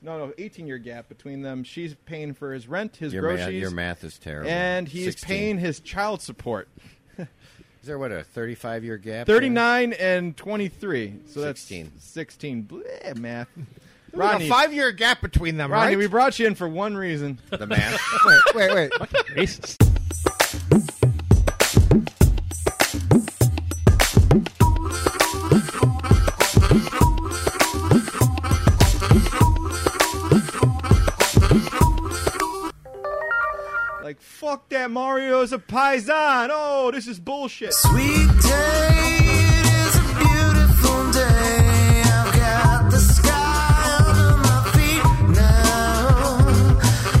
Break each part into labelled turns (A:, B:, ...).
A: no, no, 18 year gap between them. She's paying for his rent, his
B: Your,
A: groceries,
B: math, your math is terrible.
A: and he's
B: 16.
A: paying his child support.
B: Is there what a thirty-five year gap? there?
A: 39 and 23. So that's
B: 16.
A: 16. Bleh, math.
C: a
A: Rodney,
C: five year gap between them,
A: Rodney,
C: right?
A: we brought you in for one reason.
B: The math.
C: wait, wait.
D: Racist.
A: Like, fuck that Mario's a paisan. Oh, this is bullshit.
E: Sweet day, it is a beautiful day. I've got the sky under my feet now.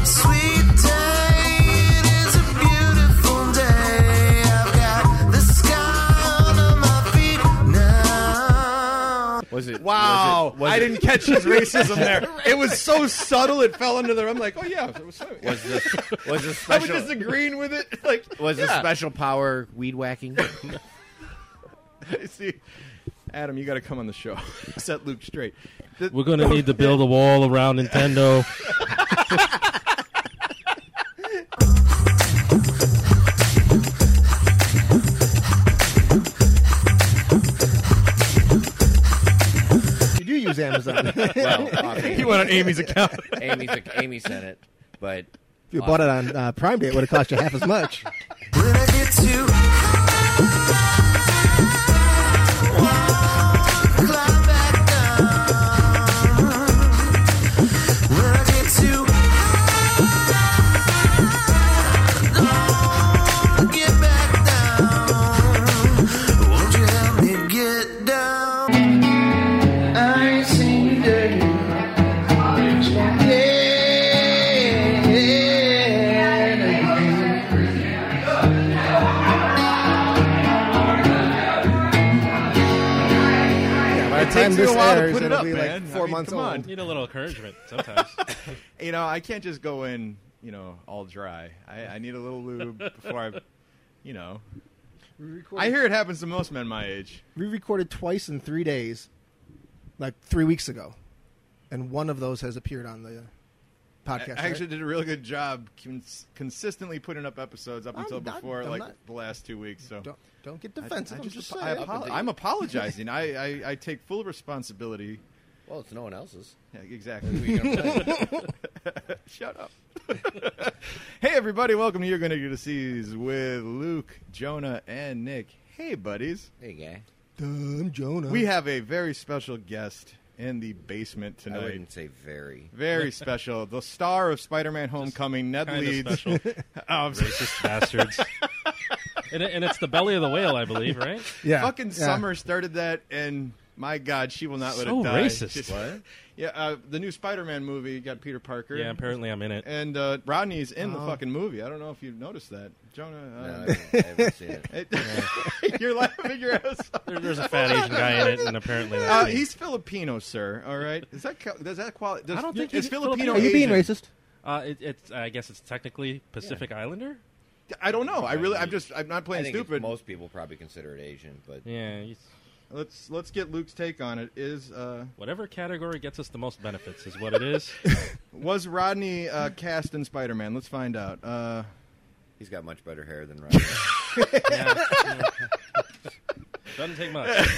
E: Sweet day, it is a beautiful day. I've got the sky under my feet now.
B: Was it?
A: Wow.
B: Was it, was
A: I
B: it-
A: didn't catch his racism there. It was so subtle, it fell under there. I'm like, oh, yeah. It was so,
B: Was this? Was this
A: I was
B: special?
A: just agreeing with it. Like,
B: was
A: yeah.
B: a special power weed whacking?
A: See, Adam, you got to come on the show. Set Luke straight. The-
D: We're gonna need to build a wall around Nintendo.
C: You do use Amazon. if
B: well, obviously,
D: went on Amy's account.
B: Amy's Amy sent it, but
C: you bought it on uh, Prime Day, it would have cost you half as much.
E: When I get too high, climb back down. When I get too high, get back down. Won't you help me get down? I ain't seen you dirty. Yeah.
C: By the
A: takes
C: time
A: you a
C: this
A: while to
C: airs,
A: put it
C: it'll
A: up,
C: be
A: man.
C: like four
A: I mean,
C: months
A: come on.
C: old.
D: Need a little encouragement sometimes.
A: you know, I can't just go in, you know, all dry. I, I need a little lube before I, you know. I hear it happens to most men my age.
C: We recorded twice in three days, like three weeks ago, and one of those has appeared on the uh,
A: I,
C: podcast.
A: I
C: right?
A: actually did a real good job cons- consistently putting up episodes up
C: I'm
A: until
C: not-
A: before
C: I'm
A: like
C: not-
A: the last two weeks. So
C: don't don't get
A: I,
C: defensive. I,
A: I
C: am just,
A: just, I
C: saying.
A: apo- I'm apologizing. I, I, I take full responsibility.
B: well, it's no one else's.
A: Yeah, exactly. Shut up. hey, everybody. Welcome to You're Going to Get to Seas with Luke, Jonah, and Nick. Hey, buddies.
B: There you go.
C: Dun, Jonah.
A: We have a very special guest in the basement
B: I
A: tonight.
B: wouldn't say very.
A: Very special. The star of Spider-Man: Homecoming, Ned
D: Kinda
A: Leeds.
D: special.
A: Um,
D: Racist bastards. And, it- and it's the belly of the whale, I believe, right?
C: yeah,
A: Fucking
C: yeah.
A: Summer started that, and my God, she will not let
D: So
A: it die.
D: racist.
A: Just-
B: What?
A: Yeah, uh, the new Spider-Man movie you got Peter Parker.
D: Yeah, apparently I'm in it.
A: and uh, Rodney's in the
C: Oh.
A: fucking movie. I don't know if you've noticed that, Jonah.
B: No,
A: Uh,
B: I haven't seen it.
A: it- you're laughing your ass off.
D: There, there's a fat Asian guy in it, and apparently that's
A: Uh,
D: me.
A: he's Filipino, sir. All right, is that co- does that qualify?
D: I don't think
A: is
D: he's
A: Filipino.
D: Filipino.
C: Are you being
A: Asian?
C: racist?
D: Uh, it, it's I guess it's technically Pacific Islander.
A: I don't know. I really. I'm just. I'm not
B: I
A: playing
B: think it's-
A: stupid.
B: most people probably consider it Asian, but
D: Yeah, he's-
A: Let's let's get Luke's take on it. Is uh,
D: whatever category gets us the most benefits is what it is.
A: was Rodney uh, cast in Spider Man? Let's find out. Uh,
B: he's got much better hair than Ryan.
D: Yeah, yeah. Doesn't take much.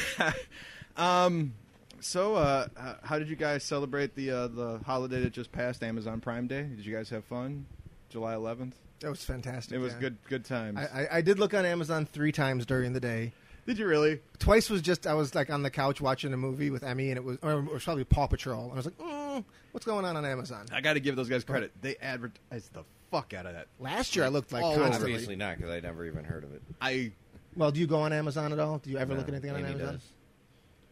A: so, uh, h- how did you guys celebrate the uh, the holiday that just passed, Amazon Prime Day? Did you guys have fun? July 11th.
C: That was fantastic.
A: It was
C: yeah.
A: good good times.
C: I, I, I did look on Amazon three times during the day.
A: did you really?
C: Twice was just I was like on the couch watching a movie with Emmy, and it was or it was probably Paw Patrol, and I was like, mm, "What's going on on Amazon?"
A: I got to give those guys credit. They advertised the fuck out of that.
C: Last year, I looked like
A: All
C: constantly.
B: Obviously not, because I never even heard of it.
A: I
C: Well, do you go on Amazon at all? Do you ever
B: No,
C: look anything on
B: Amy
C: Amazon?
B: does.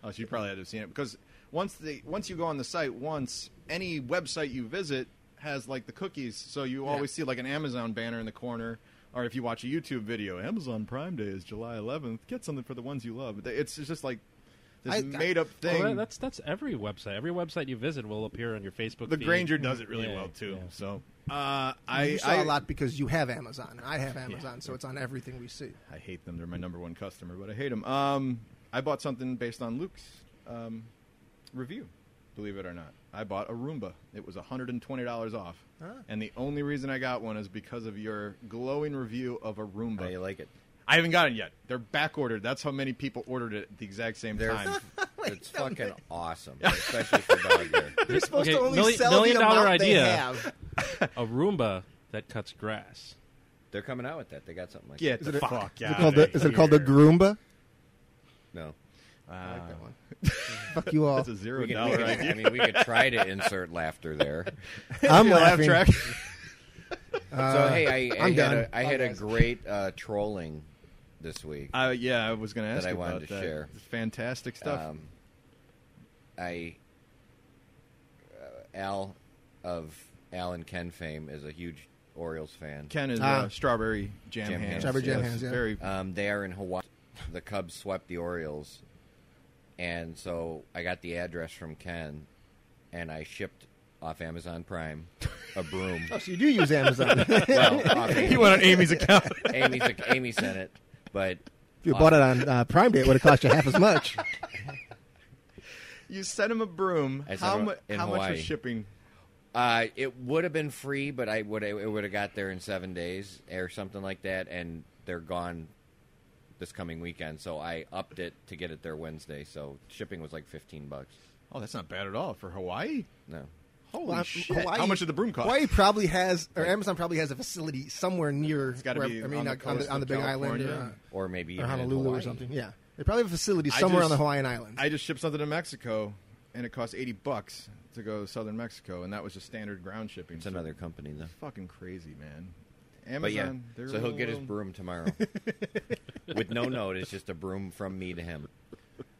A: Oh, so you probably had to have seen it because once the once you go on the site once, any website you visit has like the cookies, so you always see like an Amazon banner in the corner. Or if you watch a YouTube video, Amazon Prime Day is July 11th. Get something for the ones you love. It's it's just like this
C: I-
A: made up
D: Well,
A: thing.
D: that- that's that's every website. Every website you visit will appear on your Facebook.
A: the
D: feed.
A: Granger does it really
D: Yeah,
A: well too.
D: yeah.
A: So uh, I
C: you saw
A: I
C: a lot because you have Amazon. I have Amazon, so it's on everything we see.
A: I hate them. They're my number one customer, but I hate them. Um, I bought something based on Luke's um, review. Believe it or not, I I bought a Roomba. It was $120 off. And the only reason I got one is because of your glowing review of a Roomba.
B: How you like it?
A: I haven't got it yet. They're back ordered. That's how many people ordered it at the exact same
B: They're,
A: time.
B: it's fucking awesome, especially for dog year.
F: They're supposed
D: Okay,
F: to only
D: milli-
F: sell
D: million
F: the
D: dollar
F: amount
D: idea.
F: they have.
D: A Roomba that cuts grass.
B: They're coming out with that. They got something like
A: Get the fuck out.
F: Is it called the, is it called the Groomba?
B: that. No.
F: I like that one.
C: Uh,
F: Fuck you all.
A: That's a zero
B: We could, we
A: dollar
B: could-
A: idea.
B: I mean, we could try to insert laughter there.
F: I'm
A: Laugh
F: laughing. Uh,
A: track.
B: so hey, I, I
F: I'm
B: had,
F: done.
B: a, I had a
F: Podcast.
B: great uh, trolling this week.
A: Uh, yeah, I was going to ask
B: I
A: you
B: wanted
A: about
B: to
A: that.
B: share.
A: Fantastic stuff.
B: Um, I uh, Al of Al and Ken fame is a huge Orioles fan.
A: Ken is uh,
F: Ah.
A: strawberry jam,
B: Jam
A: hands.
B: hands. Strawberry
F: jam
A: Yes,
F: hands, yeah.
A: Very.
B: Um, they are in Hawaii. The Cubs swept the Orioles, and so I got the address from Ken, and I shipped off Amazon Prime a broom.
F: So you do use Amazon. if
B: well, off Amy,
A: went on Amy's account.
B: Amy's, Amy sent it, but
F: you bought it on uh, Prime Day, it would have cost you half as much.
A: you sent him a broom.
B: I sent
A: How,
B: him
A: mu-
B: in
A: how much
B: Hawaii.
A: was shipping?
B: Uh, it would have been free, but I would it would have got there in seven days or something like that, and they're gone this coming weekend. So I upped it to get it there Wednesday. So shipping was like fifteen bucks.
A: Oh, that's not bad at all for Hawaii.
B: No,
A: Holy
F: Well,
A: shit!
F: Hawaii-
A: how much did the broom cost?
F: Hawaii probably has, or Amazon probably has a facility somewhere near. It's
A: gotta be
F: I mean,
A: on the
F: like, on,
A: coast
F: the, on the
A: of
F: Big Island or,
A: California.
B: or maybe
F: uh, or
B: even in
F: Honolulu or
B: Hawaii.
F: something. Yeah, they probably have a facility
A: I
F: somewhere
A: just-
F: on the Hawaiian Islands.
A: I just shipped something to Mexico, and it cost eighty bucks to go to southern Mexico, and that was just standard ground shipping.
B: It's
A: So
B: another company though.
A: fucking crazy, man.
B: But yeah,
A: Amazon. they're
B: so he'll get his
A: real-
B: broom tomorrow with no note. It's just a broom from me to him.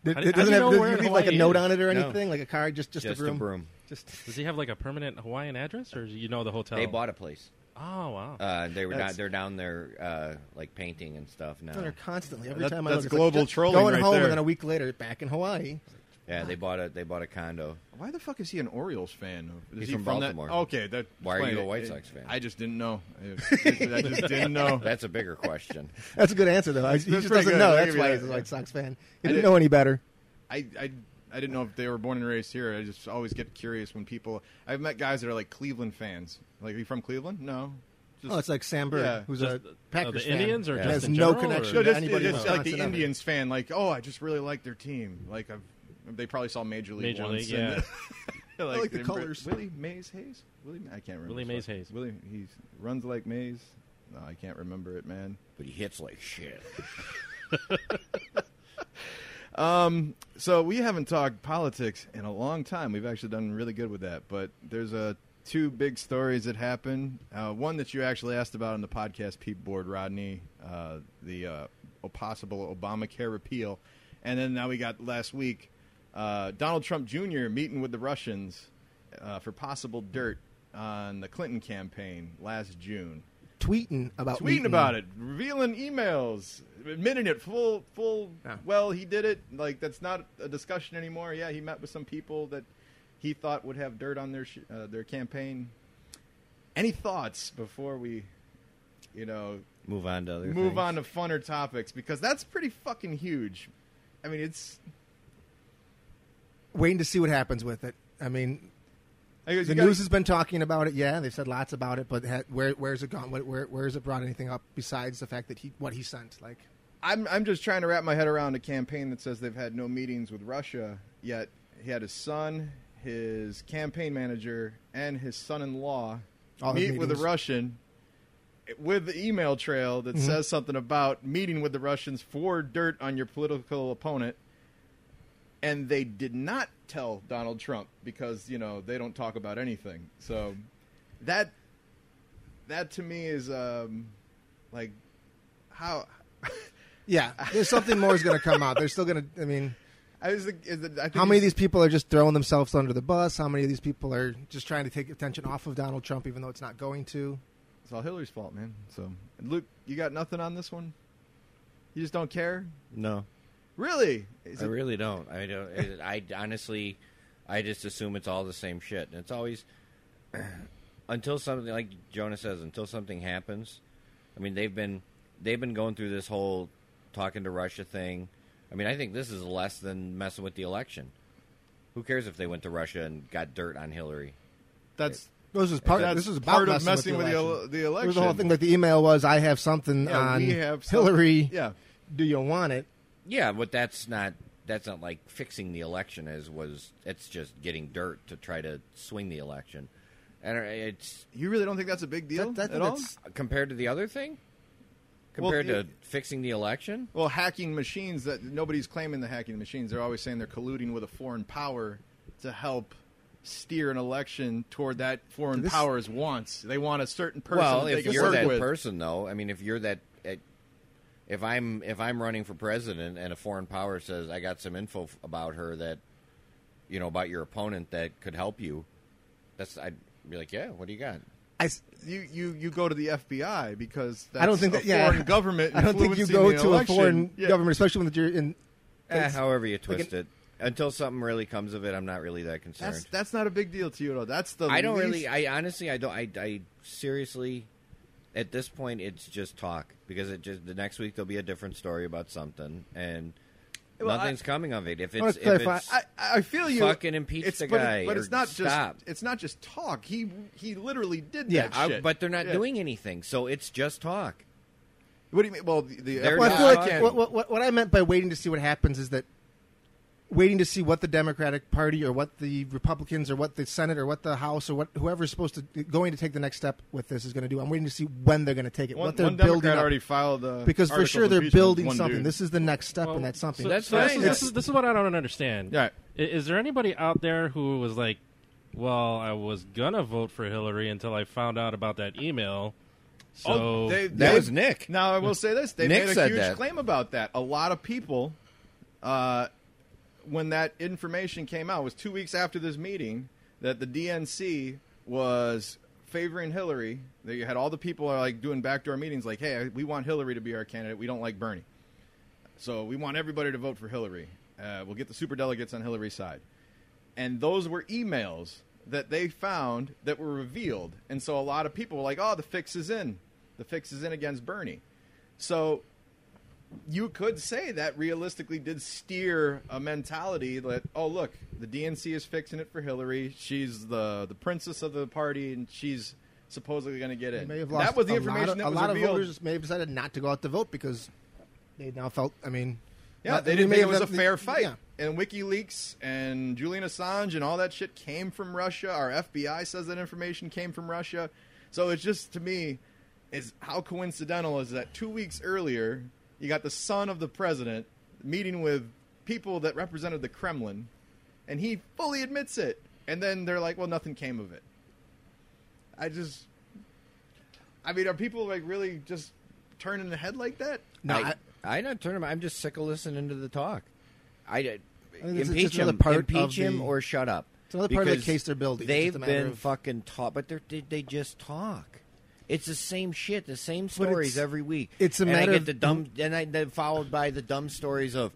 F: Did-
D: How do- how
F: did-
D: do
F: doesn't
D: you
F: have,
D: know
F: does
D: where
F: you
D: in
F: leave like a
D: Hawaii
F: note
D: it is?
F: on it or
B: No.
F: anything, like a card, just just,
B: Just
F: a broom.
B: Just
D: Does he have like a permanent Hawaiian address, or you know the hotel?
B: they bought a place.
D: Oh wow.
B: Uh, they were
A: That's-
B: down, they're down there uh, like painting and stuff now.
F: They're constantly every
A: That-
F: time I
A: that's
F: look, it's
A: global
F: like, just
A: trolling
F: Going
A: right
F: home
A: there.
F: and then a week later back in Hawaii.
B: Yeah, they bought a they bought a condo.
A: Why the fuck is he an Orioles fan? Is
B: He's
A: he
B: from
A: that-
B: Baltimore.
A: Okay, that.
B: Why are you
A: explained
B: a
A: it.
B: White
A: It-
B: Sox fan?
A: I just didn't know. I I just didn't know.
B: That's a bigger question.
F: That's a good answer though. I, he
A: That's pretty
F: just doesn't
A: good.
F: know.
A: I'll
F: That's
A: give you
F: why
A: that.
F: he's a White Sox fan.
A: I
F: He didn't
A: did-
F: know any better.
A: I, I I didn't know if they were born and raised here. I just always get curious when people. I've met guys that are like Cleveland fans. Like, are you from Cleveland? No. Just,
F: Oh, it's like Sam Burr,
A: Yeah.
F: who's
D: Just
F: a
D: the- of
F: Packers
D: the
F: fan.
D: Indians or
B: Yeah.
D: just
F: has
D: in
F: no
D: general,
F: connection
A: no,
D: Or?
F: to
A: just,
F: anybody.
A: just
F: in
A: like the
F: Wisconsin ever.
A: Indians fan. Like, oh, I just really like their team. Like, I've, they probably saw Major League
D: Major
A: once.
D: League, yeah.
A: yeah. like,
F: like the
A: they-
F: colors.
A: Willie Mays Hayes. Willie, I can't remember.
D: Willie
A: his
D: Mays
A: last-
D: Hayes.
A: Willie, he runs like Mays. No, I can't remember it, man.
B: But he hits like shit.
A: So we haven't talked politics in a long time. We've actually done really good with that. But there's uh, two big stories that happened. Uh, one that you actually asked about on the podcast, Pete Board Rodney, uh, the uh, a possible Obamacare repeal, and then now we got last week uh, Donald Trump Jr. meeting with the Russians uh, for possible dirt on the Clinton campaign last June
F: tweeting about
A: tweeting
F: Wheaton.
A: about it, revealing emails, admitting it full full
F: Yeah.
A: well he did it. Like that's not a discussion anymore. Yeah, he met with some people that he thought would have dirt on their sh- uh, their campaign. Any thoughts before we you know
B: Move on to other.
A: move
B: things.
A: on to funner topics because that's pretty fucking huge. I mean, it's
F: Waiting to see what happens with it. I mean,
A: I guess
F: the
A: you gotta-
F: news has been talking about it. Yeah, they've said lots about it, but ha- where where's it gone? What, where where has it brought anything up besides the fact that he what he sent? Like,
A: I'm I'm just trying to wrap my head around a campaign that says they've had no meetings with Russia yet. He had his son, his campaign manager, and his son-in-law
F: All have
A: meet with a
F: meetings.
A: Russian with the email trail
F: Mm-hmm.
A: that says something about meeting with the Russians for dirt on your political opponent. And they did not tell Donald Trump because you know they don't talk about anything. So that that to me is um, like how
F: yeah, there's something more is going to come out. They're still going to. I mean,
A: I was. think- Is it, I think
F: how many of
A: it's-
F: these people are just throwing themselves under the bus? How many of these people are just trying to take attention off of Donald Trump, even though it's not going to?
A: It's all Hillary's fault, man. So, and Luke, you got nothing on this one. You just don't care,
B: No,
A: really. Is
B: I
A: it-
B: really don't. I don't. it- I honestly, I just assume it's all the same shit. And it's always until something like Jonah says, until something happens. I mean, they've been they've been going through this whole talking to Russia thing. I mean, I think this is less than messing with the election. Who cares if they went to Russia and got dirt on Hillary?
A: That's
F: This is part.
A: That's
F: this is about
A: part of messing with the
F: election.
A: ele- the
F: It was the whole
A: election.
F: thing. Like the email was, I have something
A: yeah,
F: on
A: we have some-
F: Hillary.
A: Yeah,
F: Do you want it?
B: Yeah, but that's not that's not like fixing the election as was. It's just getting dirt to try to swing the election, and uh, it's
A: you really don't think that's a big deal
F: That- that-
A: at all?
F: that's-
B: compared to the other thing.
A: Well,
B: Compared
A: it-
B: to fixing the election,
A: Well, hacking machines that nobody's claiming the hacking machines. They're always saying they're colluding with a foreign power to help steer an election toward that foreign
F: This-
A: power's wants. They want a certain person
B: well,
A: that they
B: if
A: can
B: you're
A: work
B: that
A: with.
B: person, though, I mean, if you're that, it- if I'm if I'm running for president and a foreign power says I got some info f- about her that, you know, about your opponent that could help you, that's I'd be like, yeah, what do you got?
F: I, s-
A: you, you you go to the FBI because that's
F: I don't think
A: a
F: that. Yeah,
A: foreign government.
F: I don't think you
A: influencing
F: go
A: the
F: to
A: election.
F: a foreign
A: Yeah.
F: government, especially when you're in.
B: Eh, however you
F: an-
B: twist it. Until something really comes of it, I'm not really that concerned.
A: That's that's not a big deal to you though. That's the
B: I don't
A: least-
B: really. I honestly, I don't. I, I seriously, at this point, it's just talk because it just the next week there'll be a different story about something and
A: Well, I-
B: nothing's coming of it. If
F: wanna
B: it's, if
F: clarify,
B: it's
A: I, I feel you.
B: Fucking impeach
A: it's,
B: the
A: but it-
B: guy
A: but
B: or
A: it's not
B: stop.
A: just it's not just talk. He he literally did
F: Yeah,
A: that
B: I-
A: shit.
B: but they're not
A: Yeah.
B: doing anything, so it's just talk.
A: What do you mean? Well, the, the
B: They're
F: Well, I
B: not
F: feel like
B: talking.
F: what, what- what, what I meant by waiting to see what happens is that waiting to see what the Democratic Party or what the Republicans or what the Senate or what the House or what whoever's supposed to going to take the next step with this is going to do. I'm waiting to see when they're going to take it,
A: one,
F: what they're
A: one
F: building
A: Democrat
F: up.
A: already filed the
F: because for
A: articles
F: sure they're
A: impeachment,
F: building
A: one
F: something.
A: dude.
F: This is the next step,
D: Well,
F: and that's something.
D: Oh, So,
B: That's
D: so this,
B: fine.
D: is, this, is, this is what I don't understand.
A: Yeah.
D: I- Is, there anybody out there who was like, "Well, I was gonna vote for Hillary until I found out about that email." So
A: Oh, they-
B: That
A: they-
B: was Nick.
A: Now I will say this: they
B: Nick
A: made a
B: said
A: huge
B: that.
A: claim about that. A lot of people, uh, when that information came out, it was two weeks after this meeting that the DNC was favoring Hillary. They had all the people are like doing backdoor meetings, like, "Hey, we want Hillary to be our candidate. We don't like Bernie, so we want everybody to vote for Hillary. Uh, we'll get the superdelegates on Hillary's side." and those were emails that they found that were revealed. And so a lot of people were like, "Oh, the fix is in. The fix is in against Bernie." So you could say that realistically did steer a mentality that, "Oh, look, the DNC is fixing it for Hillary. She's the the princess of the party, and she's supposedly going to get
F: They
A: in."
F: may have
A: And
F: lost
A: that was the
F: a
A: information
F: lot of,
A: that
F: a
A: was
F: lot
A: revealed.
F: of voters may have decided not to go out to vote because they now felt. I mean,
A: Yeah,
F: not-
A: they
F: we
A: didn't
F: may
A: think it
F: have
A: was a
F: left the-
A: fair fight.
F: yeah.
A: And WikiLeaks and Julian Assange and all that shit came from Russia. Our FBI says that information came from Russia. So it's just to me, is how coincidental is that two weeks earlier you got the son of the president meeting with people that represented the Kremlin, and he fully admits it. And then they're like, "Well, nothing came of it." I just, I mean, are people like really just turning the head like that?
F: No,
B: I,
F: I-
B: I, not turn him. I'm just sick of listening to the talk. I, I
F: think it's
B: impeach
F: just another
B: him,
F: part of
B: impeach him,
F: the-
B: or shut up.
F: It's another part of the
B: Because
F: case they're building. It's
B: They've
F: just a matter
B: been
F: of-
B: fucking taught, but they're, they they just talk. It's the same shit, the same
F: it's-
B: stories every week.
F: it's a
B: and
F: matter
B: I get
F: of-
B: the dumb, and I then followed by the dumb stories of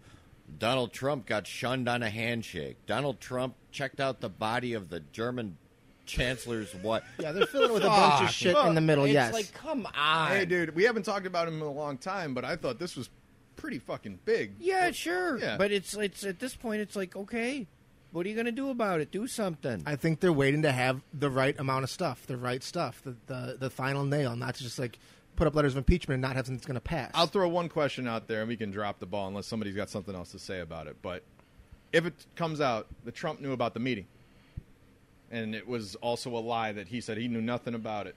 B: Donald Trump got shunned on a handshake. Donald Trump checked out the body of the German chancellor's what?
F: Yeah, they're filling it with a bunch
B: Fuck.
F: of shit in the middle.
B: it's
F: yes,
B: like come on.
A: Hey, dude, we haven't talked about him in a long time, but I thought this was pretty fucking big.
B: Yeah, sure.
A: Yeah.
B: But it's it's at this point it's like, okay, what are you gonna do about it? Do something.
F: I think they're waiting to have the right amount of stuff, the right stuff, the the, the final nail, not to just like put up letters of impeachment and not have something that's going to pass.
A: I'll throw one question out there, and we can drop the ball unless somebody's got something else to say about it. But if it comes out that Trump knew about the meeting, and it was also a lie that he said he knew nothing about it,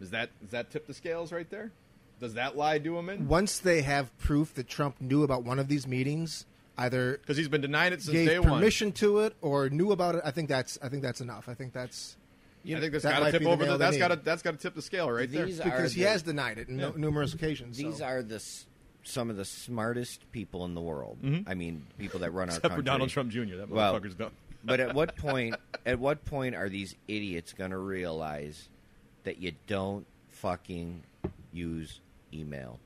A: is that does that tip the scales right there? Does that lie do him in?
F: Once they have proof that Trump knew about one of these meetings, either
A: Because he's been denying it since day
F: gave
A: one.
F: permission to it or knew about it, I think that's I think that's enough. I think that's
A: I think that's
F: that
A: got to
F: might
A: tip
F: be the
A: over.
F: nail
A: The,
F: they
A: that's
F: need.
A: got to that's got to tip the scale right
B: These
A: there.
B: are
F: because he
B: the-
F: has denied it in no-
A: Yeah.
F: numerous occasions.
B: These
F: so.
B: are the s- some of the smartest people in the world. I mean, people that run
A: Mm-hmm.
B: our
A: Except for
B: country.
A: Donald Trump Jr. That
B: Well,
A: motherfucker's dumb.
B: but at what point? At what point are these idiots going to realize that you don't fucking use email?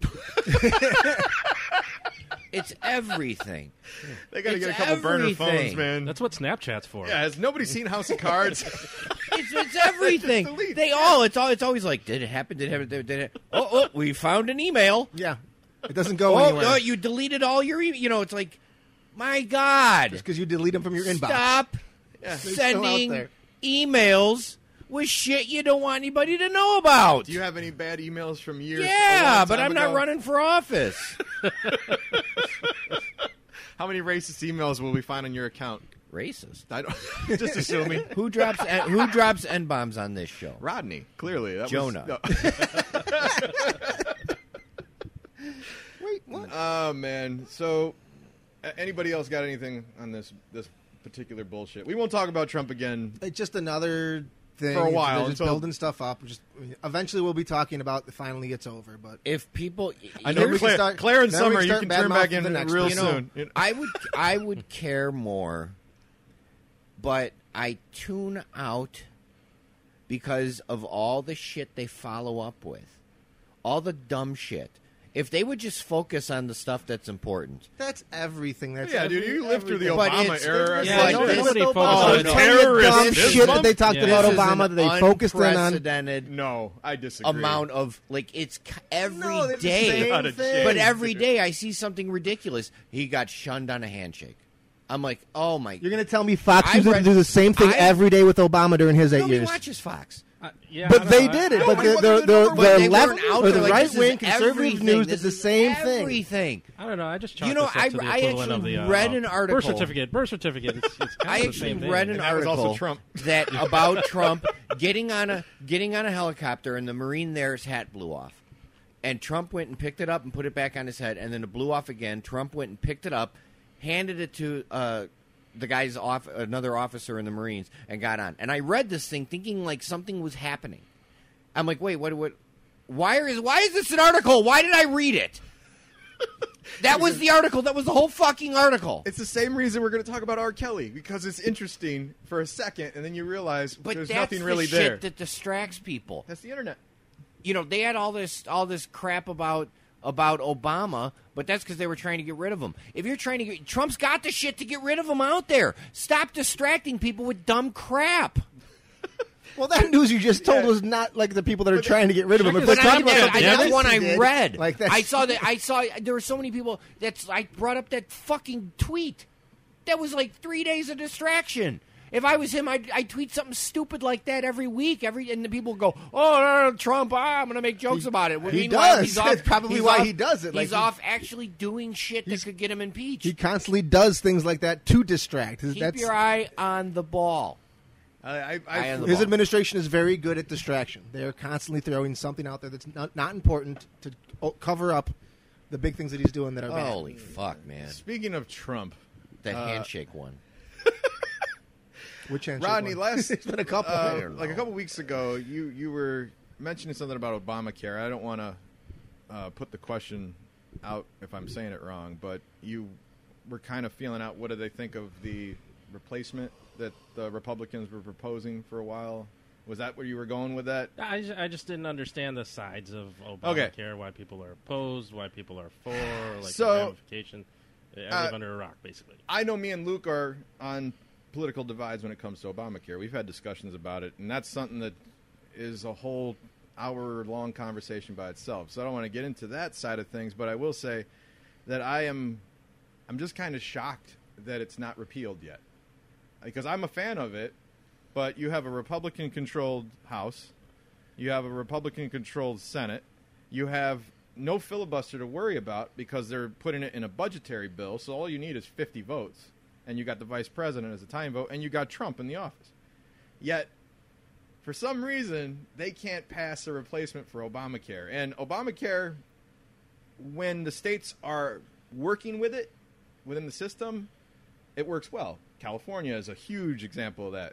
B: it's everything.
A: They got to
B: It's
A: get a couple burner phones,
B: everything.
A: man.
D: that's what Snapchat's for.
A: yeah, has nobody seen House of Cards?
B: It's, it's everything.
A: Just delete.
B: they all. It's all. It's always like, did it happen? Did it happen? Did it? Did it oh, oh, we found an email.
F: yeah. It doesn't go
B: Oh,
F: anywhere.
B: oh, you deleted all your. E- you know, it's like My God.
C: because you delete them from your inbox.
B: Stop uh,
C: still out
B: sending
C: there.
B: emails with shit you don't want anybody to know about.
A: Do you have any bad emails from years? a
B: yeah,
A: long
B: but
A: time
B: I'm not
A: ago?
B: running for office.
A: How many racist emails will we find on your account?
B: Racist.
A: I don't. just assuming.
B: Who drops en- who drops n bombs on this show?
A: Rodney, clearly. That was-
B: Jonah.
A: no.
C: Wait, what?
A: oh man. So, a- anybody else got anything on this this particular bullshit? We won't talk about Trump again.
C: It's just another thing
A: For a while,
C: They're just
A: until-
C: building stuff up. Just eventually, we'll be talking about. Finally, it's over. But
B: If people,
A: I
C: Then
A: know
C: we can
A: Claire,
C: start-
A: Claire and
C: then we
A: Summer.
C: can
A: You
C: start
A: can turn back
C: badmouthing
A: in
C: the next
A: real
C: one. You know,
A: soon. You-
B: I would I would care more, but I tune out because of all the shit they follow up with, all the dumb shit. If they would just focus on the stuff that's important,
C: that's everything. That's
A: yeah, dude, you lived through the
B: But
A: Obama
B: it's-
A: era.
D: Yeah,
A: Like,
D: no,
A: this-
D: nobody
C: Oh,
D: focused
A: no.
D: on
A: Terror-
D: it.
A: Terrorist
C: dumb
A: this
C: shit
A: month?
C: that they talked
D: Yeah.
C: about
B: This is
C: Obama
B: an
C: that they focused in on.
B: unprecedented
A: no, I disagree.
B: amount of like it's c- every day.
C: No, they're the same
A: Not a
C: thing.
A: chance.
B: But every day I see something ridiculous. He got shunned on a handshake. I'm like, oh my.
C: You're going to tell me Fox
B: I
C: used to
B: read-
C: do the same thing
B: I-
C: every day with Obama during his eight
B: nobody
C: years.
B: watches Fox.
D: Uh, yeah, I
C: But
D: don't
C: they
D: know.
C: did it.
A: No,
C: But
A: I
C: the,
A: wasn't
C: the,
A: in the
C: the,
A: room
B: But
C: the
B: they
C: left
B: weren't out
C: or
B: there
C: the
B: like,
C: right
B: this is
C: wing conservative
B: everything.
C: news
B: This
C: did the
B: is
C: same thing.
B: Everything.
D: I don't know. I just chalk
B: You know,
D: this up
B: I-
D: to the
B: I
D: equivalent of
B: actually
D: the uh,
B: read an
D: uh,
B: article.
D: Birth certificate. Birth certificate. It's, it's kind
B: I
D: of the
B: actually
D: same thing.
B: read an
A: And that was
B: article
A: also Trump.
B: that about Trump getting on a getting on a helicopter and the Marine there's hat blew off. And Trump went and picked it up and put it back on his head and then it blew off again. Trump went and picked it up, handed it to uh, the guy's off another officer in the Marines and got on. And I read this thing thinking like something was happening. I'm like, wait, what what why is why is this an article? Why did I read it? That was the article. That was the whole fucking article.
A: It's the same reason we're going to talk about R. Kelly because it's interesting for a second, and then you realize
B: But
A: there's
B: that's
A: nothing really
B: the
A: there.
B: shit that distracts people.
A: That's the internet.
B: You know, they had all this all this crap about about Obama, but that's because they were trying to get rid of him. If you're trying to get Trump's got the shit to get rid of him out there. Stop distracting people with dumb crap.
C: Well, that news you just told
A: Yeah.
C: was not like the people that are trying to get rid of him. If
B: But
C: they're
B: I
C: talking about
B: did-
C: something
B: I- that's
C: else
B: one
C: they
B: I
C: did,
B: read.
C: Like that,
B: I saw that. I saw there were so many people that's. I brought up that fucking tweet. That was like three days of distraction. If I was him, I'd, I'd tweet something stupid like that every week. Every and the people go, "Oh, no, no, Trump! Ah, I'm going to make jokes about it." Well,
C: he
B: meanwhile,
C: does.
B: He's off,
C: That's probably
B: he's
C: why
B: off-
C: he does it. Like,
B: he's
C: he-
B: off actually doing shit that
C: He's-
B: could get him impeached.
C: He constantly does things like that to distract.
B: Keep
C: That's,
B: your eye on the ball.
A: I, I,
B: I am the
C: his
B: ball.
C: administration is very good at distraction. They're constantly throwing something out there that's not, not important to o- cover up the big things that he's doing that are bad.
B: Holy fuck, man!
A: Speaking of Trump,
B: That
C: Uh,
B: handshake one.
C: Which handshake
A: Rodney,
C: one?
A: last
C: There's been a couple.
A: uh,
B: I don't
A: like a
B: know.
A: couple weeks ago, you you were mentioning something about Obamacare. I don't want to uh, put the question out if I'm saying it wrong, but you were kind of feeling out what do they think of the replacement that the Republicans were proposing for a while. Was that where you were going with that?
D: I just, I just didn't understand the sides of
A: Okay.
D: Obamacare, why people are opposed, why people are for, like
A: So-
D: the ramification. I live
A: Uh,
D: under a rock, basically.
A: I know me and Luke are on political divides when it comes to Obamacare. We've had discussions about it, and that's something that is a whole hour long conversation by itself. So I don't want to get into that side of things, but I will say that I am I'm just kind of shocked that it's not repealed yet. Because I'm a fan of it, but you have a Republican controlled House, you have a Republican controlled Senate, you have no filibuster to worry about because they're putting it in a budgetary bill, so all you need is 50 votes. And you got the vice president as a time vote, and you got Trump in the office. Yet, for some reason, they can't pass a replacement for Obamacare. And Obamacare, when the states are working with it within the system, it works well. California is a huge example of that.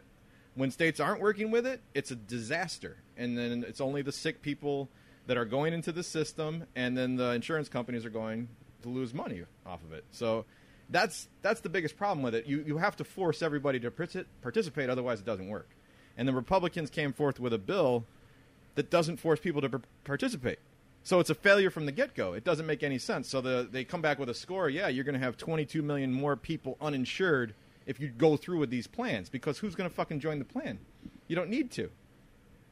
A: When states aren't working with it, it's a disaster. And then it's only the sick people that are going into the system, and then the insurance companies are going to lose money off of it. So that's that's the biggest problem with it. You you have to force everybody to partic- participate, otherwise it doesn't work. And the Republicans came forth with a bill that doesn't force people to par- participate. So it's a failure from the get go. It doesn't make any sense. So the, they come back with a score. Yeah, you're going to have 22 million more people uninsured if you go through with these plans because who's going to fucking join the plan? You don't need to.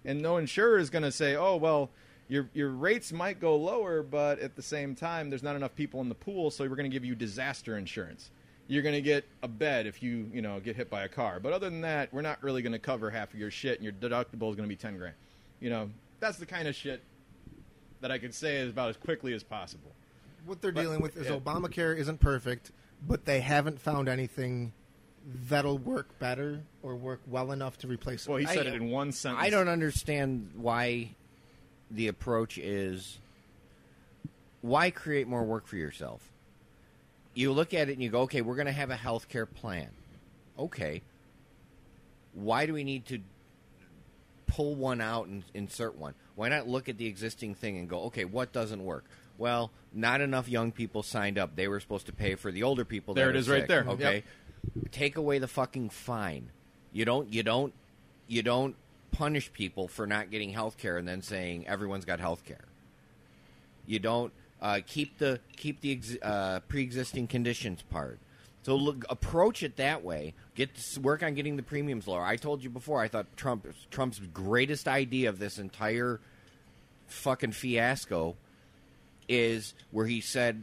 A: And no insurer is going to say, oh, well, your, your rates might go lower, but at the same time, there's not enough people in the pool, so we're going to give you disaster insurance. you're going to get a bed if you you know get hit by a car. But other than that, we're not really going to cover half of your shit, and your deductible is going to be ten grand. You know, that's the kind of shit that I could say is about as quickly as possible.
C: What they're dealing with is
A: yeah.
C: Obamacare isn't perfect, but they haven't found anything that'll work better or work well enough to replace it.
A: Well, he said
B: I-
A: it in one sentence.
B: I don't understand why the approach is why create more work for yourself? You look at it and you go, okay, we're going to have a health care plan. Okay. Why do we need to pull one out and insert one? Why not look at the existing thing and go, okay, what doesn't work? Well, not enough young people signed up. They were supposed to pay for the older people.
A: There
B: that
A: it
B: are
A: is right
B: sick,
A: there.
B: Okay, take away the fucking fine. You don't. You don't. You don't punish people for not getting health care and then saying everyone's got health care. You don't uh, keep the keep the ex- uh, pre-existing conditions part. So look, approach it that way. Get work on getting the premiums lower. I told you before. I thought Trump Trump's greatest idea of this entire fucking fiasco is where he said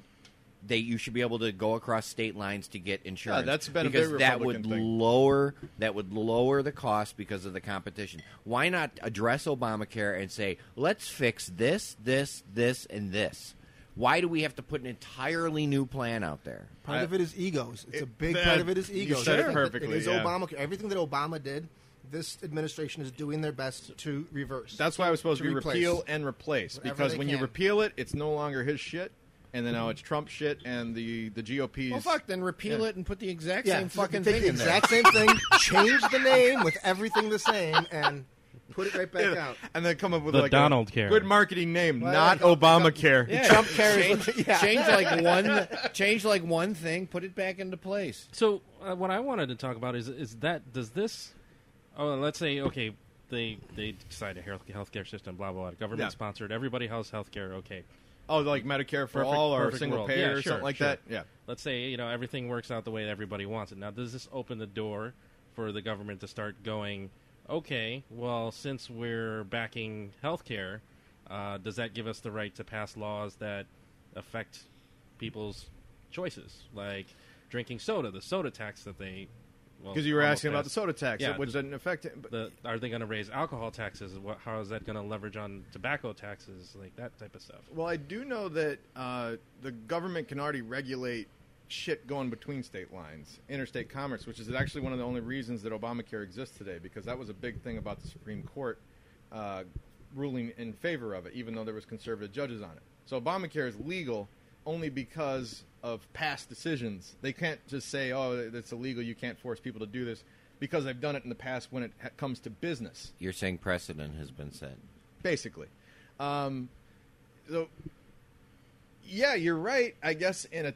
B: that you should be able to go across state lines to get insurance.
A: Yeah, that's been a
B: because
A: big
B: that would
A: Republican thing.
B: lower that would lower the cost because of the competition. Why not address Obamacare and say, let's fix this, this, this, and this? Why do we have to put an entirely new plan out there?
C: Part
A: I-
C: of it is egos. It's a
A: It-
C: big
A: that-
C: part of it is
A: you
C: egos.
A: said it
C: Everything that-
A: perfectly,
C: It is
A: yeah.
C: Obamacare. Everything that Obama did, this administration is doing their best to reverse.
A: That's why it was supposed to,
C: To
A: be
C: replace.
A: repeal and replace.
C: Whatever
A: Because
C: they
A: when you
C: can.
A: repeal it, it's no longer his shit, and then now it's Trump shit and the the GOP's.
B: Well, fuck, then repeal it and put the exact
C: yeah,
B: same fucking
C: take
B: thing
C: the
B: in there.
C: exact same thing, change the name with everything the same, and put it right back out.
A: and then come up with
D: The
A: like
D: Donald
A: a
D: care.
A: good marketing name,
C: Well,
A: not
C: yeah,
A: Obamacare.
B: Yeah, Trump change, change like one, change like one thing, put it back into place.
D: So uh, what I wanted to talk about is is that does this? Oh, let's say okay, they they decide a health healthcare system, blah blah, blah government
A: Yeah.
D: sponsored, everybody has healthcare. Okay,
A: Oh, like Medicare for
D: Perfect-
A: all or
D: perfect
A: single
D: world.
A: payer
D: Yeah,
A: or
D: sure,
A: something like
D: sure.
A: that. Yeah.
D: let's say you know everything works out the way everybody wants it. Now, does this open the door for the government to start going? Okay, well, since we're backing healthcare, uh, does that give us the right to pass laws that affect people's choices, like drinking soda, the soda tax that they? well,
A: Because you were
D: almost
A: asking about the
D: passed.
A: soda tax,
D: Yeah,
A: which
D: the-
A: doesn't affect it. But
D: the, are they going to raise alcohol taxes? What, how is that going to leverage on tobacco taxes, like that type of stuff?
A: Well, I do know that uh, the government can already regulate shit going between state lines, interstate commerce, which is actually one of the only reasons that Obamacare exists today, because that was a big thing about the Supreme Court uh, ruling in favor of it, even though there was conservative judges on it. So Obamacare is legal only because of past decisions. They can't just say, "Oh, it's illegal. You can't force people to do this," because they've done it in the past when it ha- comes to business
B: You're saying precedent has been set.
A: basically. Um, so, yeah, you're right. I guess in a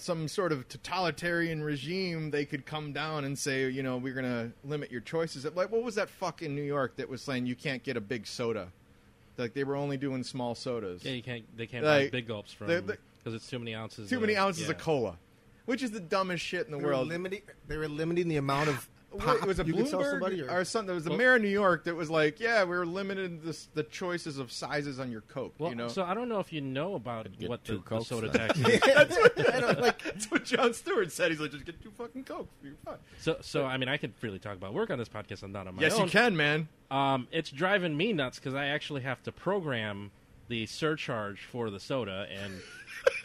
A: some sort of totalitarian regime, they could come down and say, you know, we're going to limit your choices. Like, what was that fuck in New York that was saying you can't get a big soda? Like they were only doing small sodas.
D: Yeah, you can't. They can't
A: Like,
D: buy big gulps from
A: the- the-
D: because it's too many ounces.
A: Too
D: of-
A: many ounces
D: yeah.
A: of cola, which is the dumbest shit in the
C: They were
A: world.
C: limiting. They were limiting the amount of
A: What,
C: pop
A: it was a
C: you could sell
A: Bloomberg
C: somebody. Or,
A: or something. It was the mayor of New York that was like, "Yeah, we were limited this, the choices of sizes on your Coke."
D: Well,
A: you know,
D: so I don't know if you know about
B: get
D: what
B: two
D: the, the
B: Cokes
D: soda
B: then.
D: tax is.
A: That's what, I don't, like, that's what John Stewart said. He's like, just get two fucking Coke. You're fine.
D: So, so I mean, I could really talk about work on this podcast. I'm not on my
A: Yes,
D: own.
A: you can, man.
D: Um, it's driving me nuts because I actually have to program the surcharge for the soda and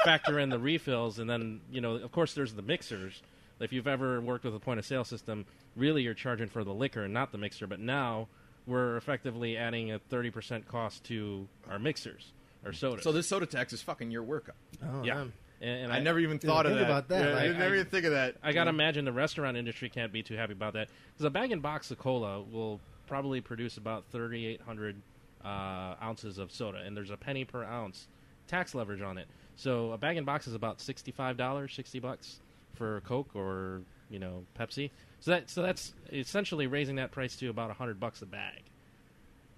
D: factor in the refills, and then you know, of course, there's the mixers. If you've ever worked with a point of sale system, really you're charging for the liquor and not the mixer. But now we're effectively adding a 30% cost to our mixers or sodas.
A: So this soda tax is fucking your workup.
C: oh,
D: yeah,
C: man.
D: and, and
A: I, never even
C: Didn't
A: thought of
C: think
A: that.
C: about that.
A: Yeah, I
D: Like,
A: didn't
D: I-
A: ever even think of that.
D: I gotta imagine the restaurant industry can't be too happy about that because a bag and box of cola will probably produce about 3,800 uh, ounces of soda, and there's a penny per ounce tax leverage on it. So a bag and box is about sixty-five dollars, sixty bucks for Coke or you know Pepsi. So that so that's essentially raising that price to about hundred bucks a bag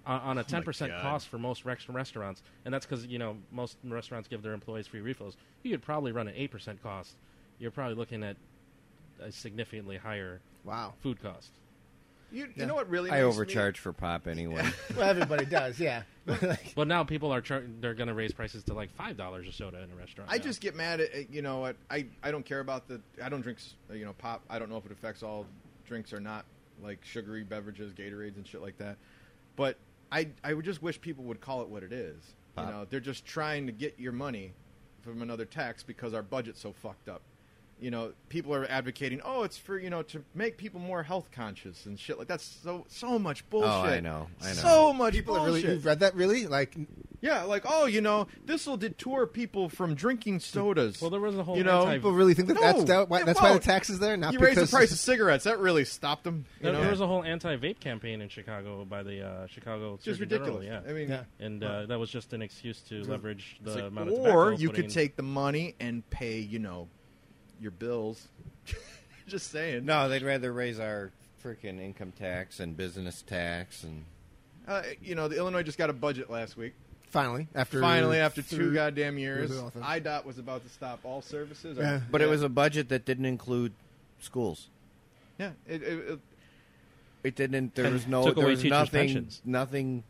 D: on, on a ten percent
A: God.
D: cost for most rex- restaurants, and that's because you know most restaurants give their employees free refills. You could probably run an eight percent cost. You're probably looking at a significantly higher
C: Wow.
D: food cost.
A: You, you know what really? makes
B: I
A: me-
B: overcharge for pop anyway.
C: Well, everybody does, yeah.
D: But now people are char- they're going to raise prices to like five dollars a soda in a restaurant.
A: I
D: now.
A: just get mad at- at you know what I I don't care about the I don't drink s- you know pop I don't know if it affects all drinks or not like sugary beverages Gatorades and shit like that, but I I would just wish people would call it what it is.
B: Pop.
A: You know they're just trying to get your money from another tax because our budget's so fucked up. You know people are advocating oh it's for you know to make people more health conscious and shit like that's so so much bullshit.
B: know, Oh, I know.
A: so much
C: People are
A: bullshit.
C: really. You've read that really? Like,
A: Yeah, like oh, you know, this will deter people from drinking sodas.
D: Well, there was a whole
A: you know,
D: anti-
C: people really think that
A: No,
C: that's that, why,
A: it
C: that's why the
A: won't.
C: tax is there. Not
A: you
C: because
A: raised the price of cigarettes. That really stopped them. You
D: There,
A: know?
D: there was a whole anti-vape campaign in Chicago by the uh, Chicago.
A: just
D: Surgeon General,
A: ridiculous. I mean,
C: Yeah.
D: yeah, and uh, that was just an excuse to leverage the
A: it's like,
D: amount of tobacco.
A: or you could
D: putting in-
A: take the money and pay, you know, your bills. just saying.
B: no, they'd rather raise our freaking income tax and business tax and
A: uh, you know, the Illinois just got a budget last week.
C: finally after
A: Finally, after two
C: through-
A: goddamn years,
C: through the office.
A: IDOT was about to stop all services.
C: Yeah.
B: but it was a budget that didn't include schools.
A: yeah. It, it, it,
B: It didn't. There was no.
D: took
B: There
D: away
B: was
D: teachers'
B: nothing.
D: pensions.
B: Nothing.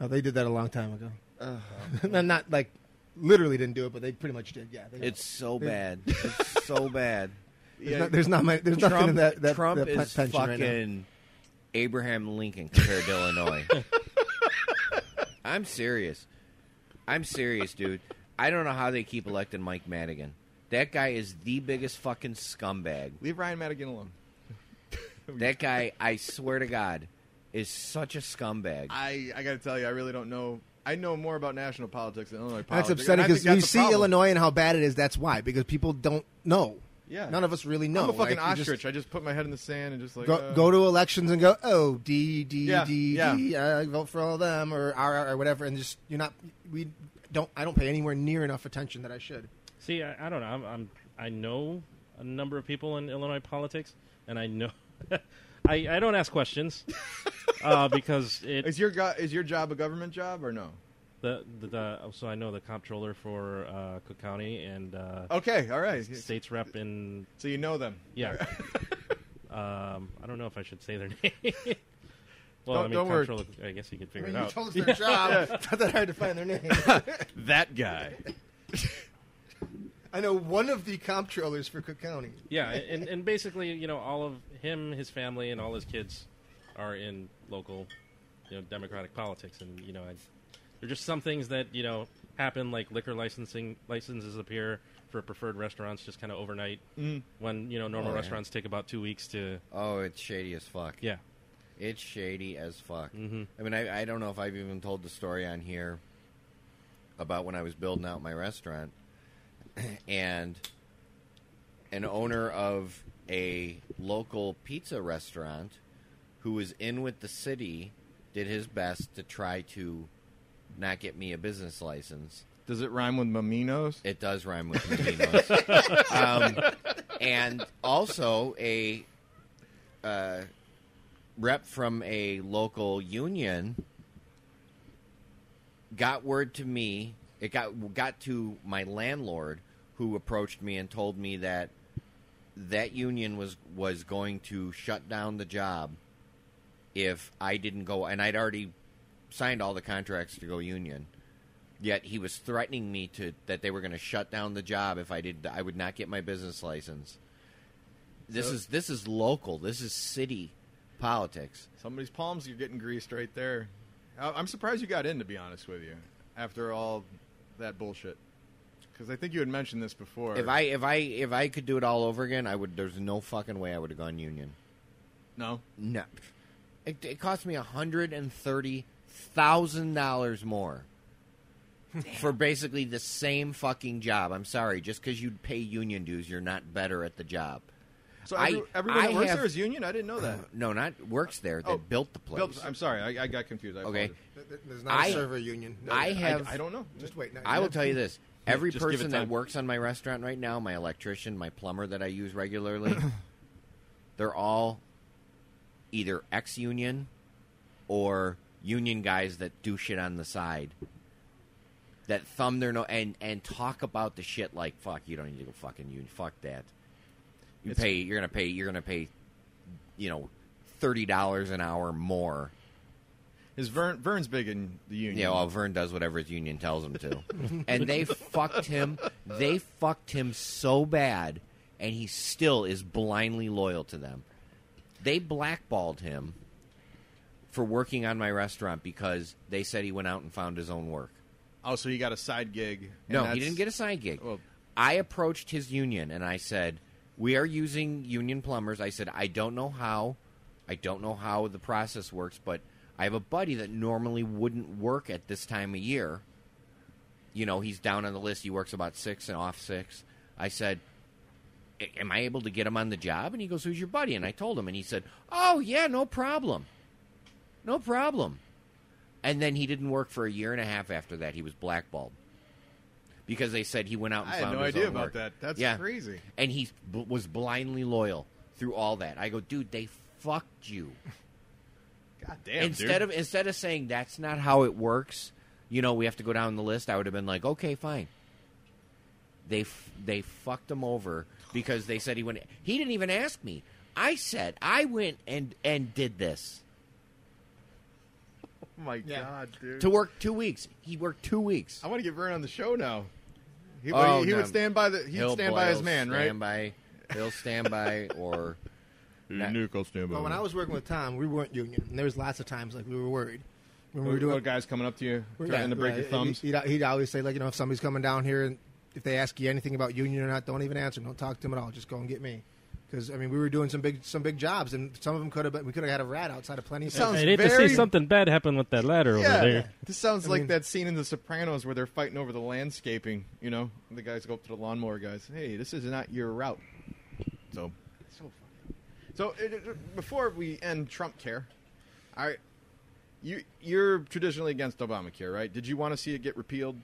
C: Oh, they did that a long time ago. No, not like literally didn't do it, but they pretty much did. Yeah, they-
B: It's so bad. It's so bad.
C: there's,
A: yeah,
C: not, there's not many- there's nothing
B: Trump,
C: in that that,
B: Trump
C: that pe-
B: is
C: pension right now.
B: fucking Abraham Lincoln compared to Illinois. I'm serious. I'm serious, dude. I don't know how they keep electing Mike Madigan. That guy is the biggest fucking scumbag.
A: leave Ryan Madigan alone.
B: That guy, I swear to God, is such a scumbag.
A: I, I got to tell you, I really don't know. I know more about national politics than Illinois politics.
C: That's
A: and
C: upsetting
A: I think
C: because
A: that's
C: we
A: the
C: see
A: problem.
C: Illinois and how bad it is. That's why because people don't know.
A: Yeah.
C: none of us really know.
A: I'm a fucking
C: Like, you
A: ostrich.
C: just
A: I just put my head in the sand and just like
C: Go,
A: uh,
C: go to elections and go, oh, D D
A: Yeah,
C: D
A: yeah.
C: D, uh, vote for all of them or R R, or whatever, and just you're not. We don't. I don't pay anywhere near enough attention that I should.
D: See, I, I don't know. I'm, I'm I know a number of people in Illinois politics, and I know I, I don't ask questions uh, because it
A: Is your go- is your job a government job or no?
D: the, the, the so I know the comptroller for uh, Cook County and uh,
A: Oh, Okay, all right.
D: states rep in
A: So you know them.
D: yeah. um, I don't know if I should say their name. well,
A: Don't-
D: I mean,
A: don't worry.
D: comptroller. I guess you could
C: I
D: figure
C: mean,
D: it
C: you
D: out.
C: told us their job. It's not that hard to find their name.
A: That guy.
C: I know one of the comptrollers for Cook County.
D: yeah, and and basically, you know, all of him, his family, and all his kids are in local, you know, Democratic politics, and you know, I, there are just some things that you know happen, like liquor licensing licenses appear for preferred restaurants just kind of overnight, mm. when you know normal
B: Oh, yeah.
D: restaurants take about two weeks to.
B: oh, it's shady as fuck.
D: Yeah,
B: It's shady as fuck. I mean, I, I don't know if I've even told the story on here about when I was building out my restaurant, and an owner of a local pizza restaurant who was in with the city did his best to try to not get me a business license.
A: Does it rhyme with Maminos?
B: It does rhyme with Miminos. um, and also a uh, rep from a local union got word to me. It got got to my landlord, who approached me and told me that that union was was going to shut down the job if I didn't go. And I'd already signed all the contracts to go union yet he was threatening me to that they were going to shut down the job if I did I would not get my business license. This
A: So-
B: is this is local. This is city politics.
A: Somebody's palms are getting greased right there. I- I'm surprised you got in, to be honest with you, after all that bullshit. Because I think you had mentioned this before.
B: If I if I if I could do it all over again, I would. There's no fucking way I would have gone union.
A: no,
B: No, it, it cost me hundred and thirty thousand dollars more for basically the same fucking job. I'm sorry, just because you pay union dues, you're not better at the job.
A: so
B: I-
A: every, everyone
B: I
A: that works
B: have-
A: there is union. I didn't know that.
B: No, not works there that
A: Oh,
B: built the place.
A: Bill, I'm sorry, I, I got confused. I
B: Okay.
A: apologize.
C: There's not a
B: I-
C: server union. No,
B: I
A: I,
B: have.
A: I don't know.
C: Just wait. no,
B: I will tell you this. Every
A: Just give it
B: person that
A: time.
B: works on my restaurant right now, my electrician, my plumber that I use regularly, they're all either ex union or union guys that do shit on the side. That thumb their no and and talk about the shit like fuck you don't need to go fucking union fuck that you
A: It's-
B: pay you're gonna pay you're gonna pay you know thirty dollars an hour more.
A: Is Vern Vern's big in the union?
B: Yeah, well, Vern does whatever his union tells him to, and they fucked him. They fucked him so bad, and he still is blindly loyal to them. They blackballed him for working on my restaurant because they said he went out and found his own work.
A: oh, so he got a side gig. and
B: No,
A: that's-
B: he didn't get a side gig.
A: Well-
B: I approached his union and I said, "We are using union plumbers." I said, "I don't know how, I don't know how the process works, but I have a buddy that normally wouldn't work at this time of year. You know, he's down on the list. He works about six and off six. I said." "A- Am I able to get him on the job? And he goes, "Who's your buddy?" And I told him, and he said, "Oh yeah, no problem, no problem." And then he didn't work for a year and a half after that. He was blackballed because they said he went out and
A: I had
B: found
A: no
B: his
A: idea
B: own
A: about
B: work.
A: that. That's
B: Yeah.
A: crazy.
B: And he b- was blindly loyal through all that. I go, dude, they fucked you.
A: God damn.
B: instead
A: dude.
B: of instead of saying that's not how it works, you know, we have to go down the list. I would have been like, okay, fine. They f- they fucked him over because they said he went. He didn't even ask me. I said I went and and did this.
A: oh my
C: Yeah.
A: god, dude.
B: to work two weeks. He worked two weeks.
A: I want to get Vern on the show now. He,
B: Oh,
A: he, he
B: no.
A: would stand by the he'd
B: He'll
A: stand by his
B: boil,
A: man, right?
B: stand by- he'll stand by, or Not-
A: stand
C: But when I was working with Tom, we weren't union, and there was lots of times like we were worried when we
A: we
C: were doing
A: guys coming up to you, threatening to break
C: right,
A: your
C: and
A: thumbs.
C: He'd, he'd always say like, you know, if somebody's coming down here and if they ask you anything about union or not, don't even answer. 'em. Don't talk to them at all. Just go and get me. Because I mean, we were doing some big some big jobs, and some of them could have been, we could have had a rat outside of plenty of
A: Sounds-
C: places.
D: I'd hate to
A: very-
D: see something bad happen with that ladder
A: yeah,
D: over there.
A: this sounds like
C: mean-
A: that scene in The Sopranos where they're fighting over the landscaping. You know, the guys go up to the lawnmower guys. Hey, this is not your route. So, so funny. So it, it- before we end Trump care, I, you you're traditionally against Obamacare, right? Did you want to see it get repealed?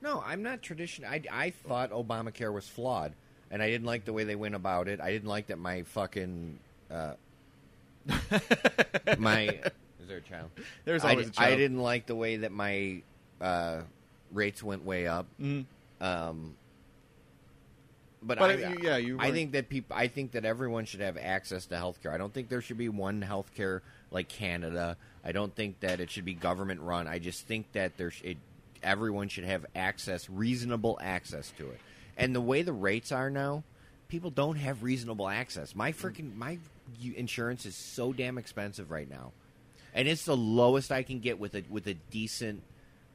B: no, I'm not traditional. I, I thought Obamacare was flawed, and I didn't like the way they went about it. I didn't like that my fucking uh, my is there a child?
A: There's
B: I
A: always
B: di-
A: a child.
B: I didn't like the way that my uh, rates went way up.
A: Mm-hmm.
B: Um, but
A: But
B: I,
A: you- yeah, you
B: I
A: weren't-
B: think that people. I think that everyone should have access to healthcare. I don't think there should be one healthcare like Canada. I don't think that it should be government run. I just think that there sh- it, everyone should have access, reasonable access to it. And the way the rates are now, people don't have reasonable access. My
A: Mm-hmm.
B: freaking my u- insurance is so damn expensive right now, and it's the lowest I can get with a with a decent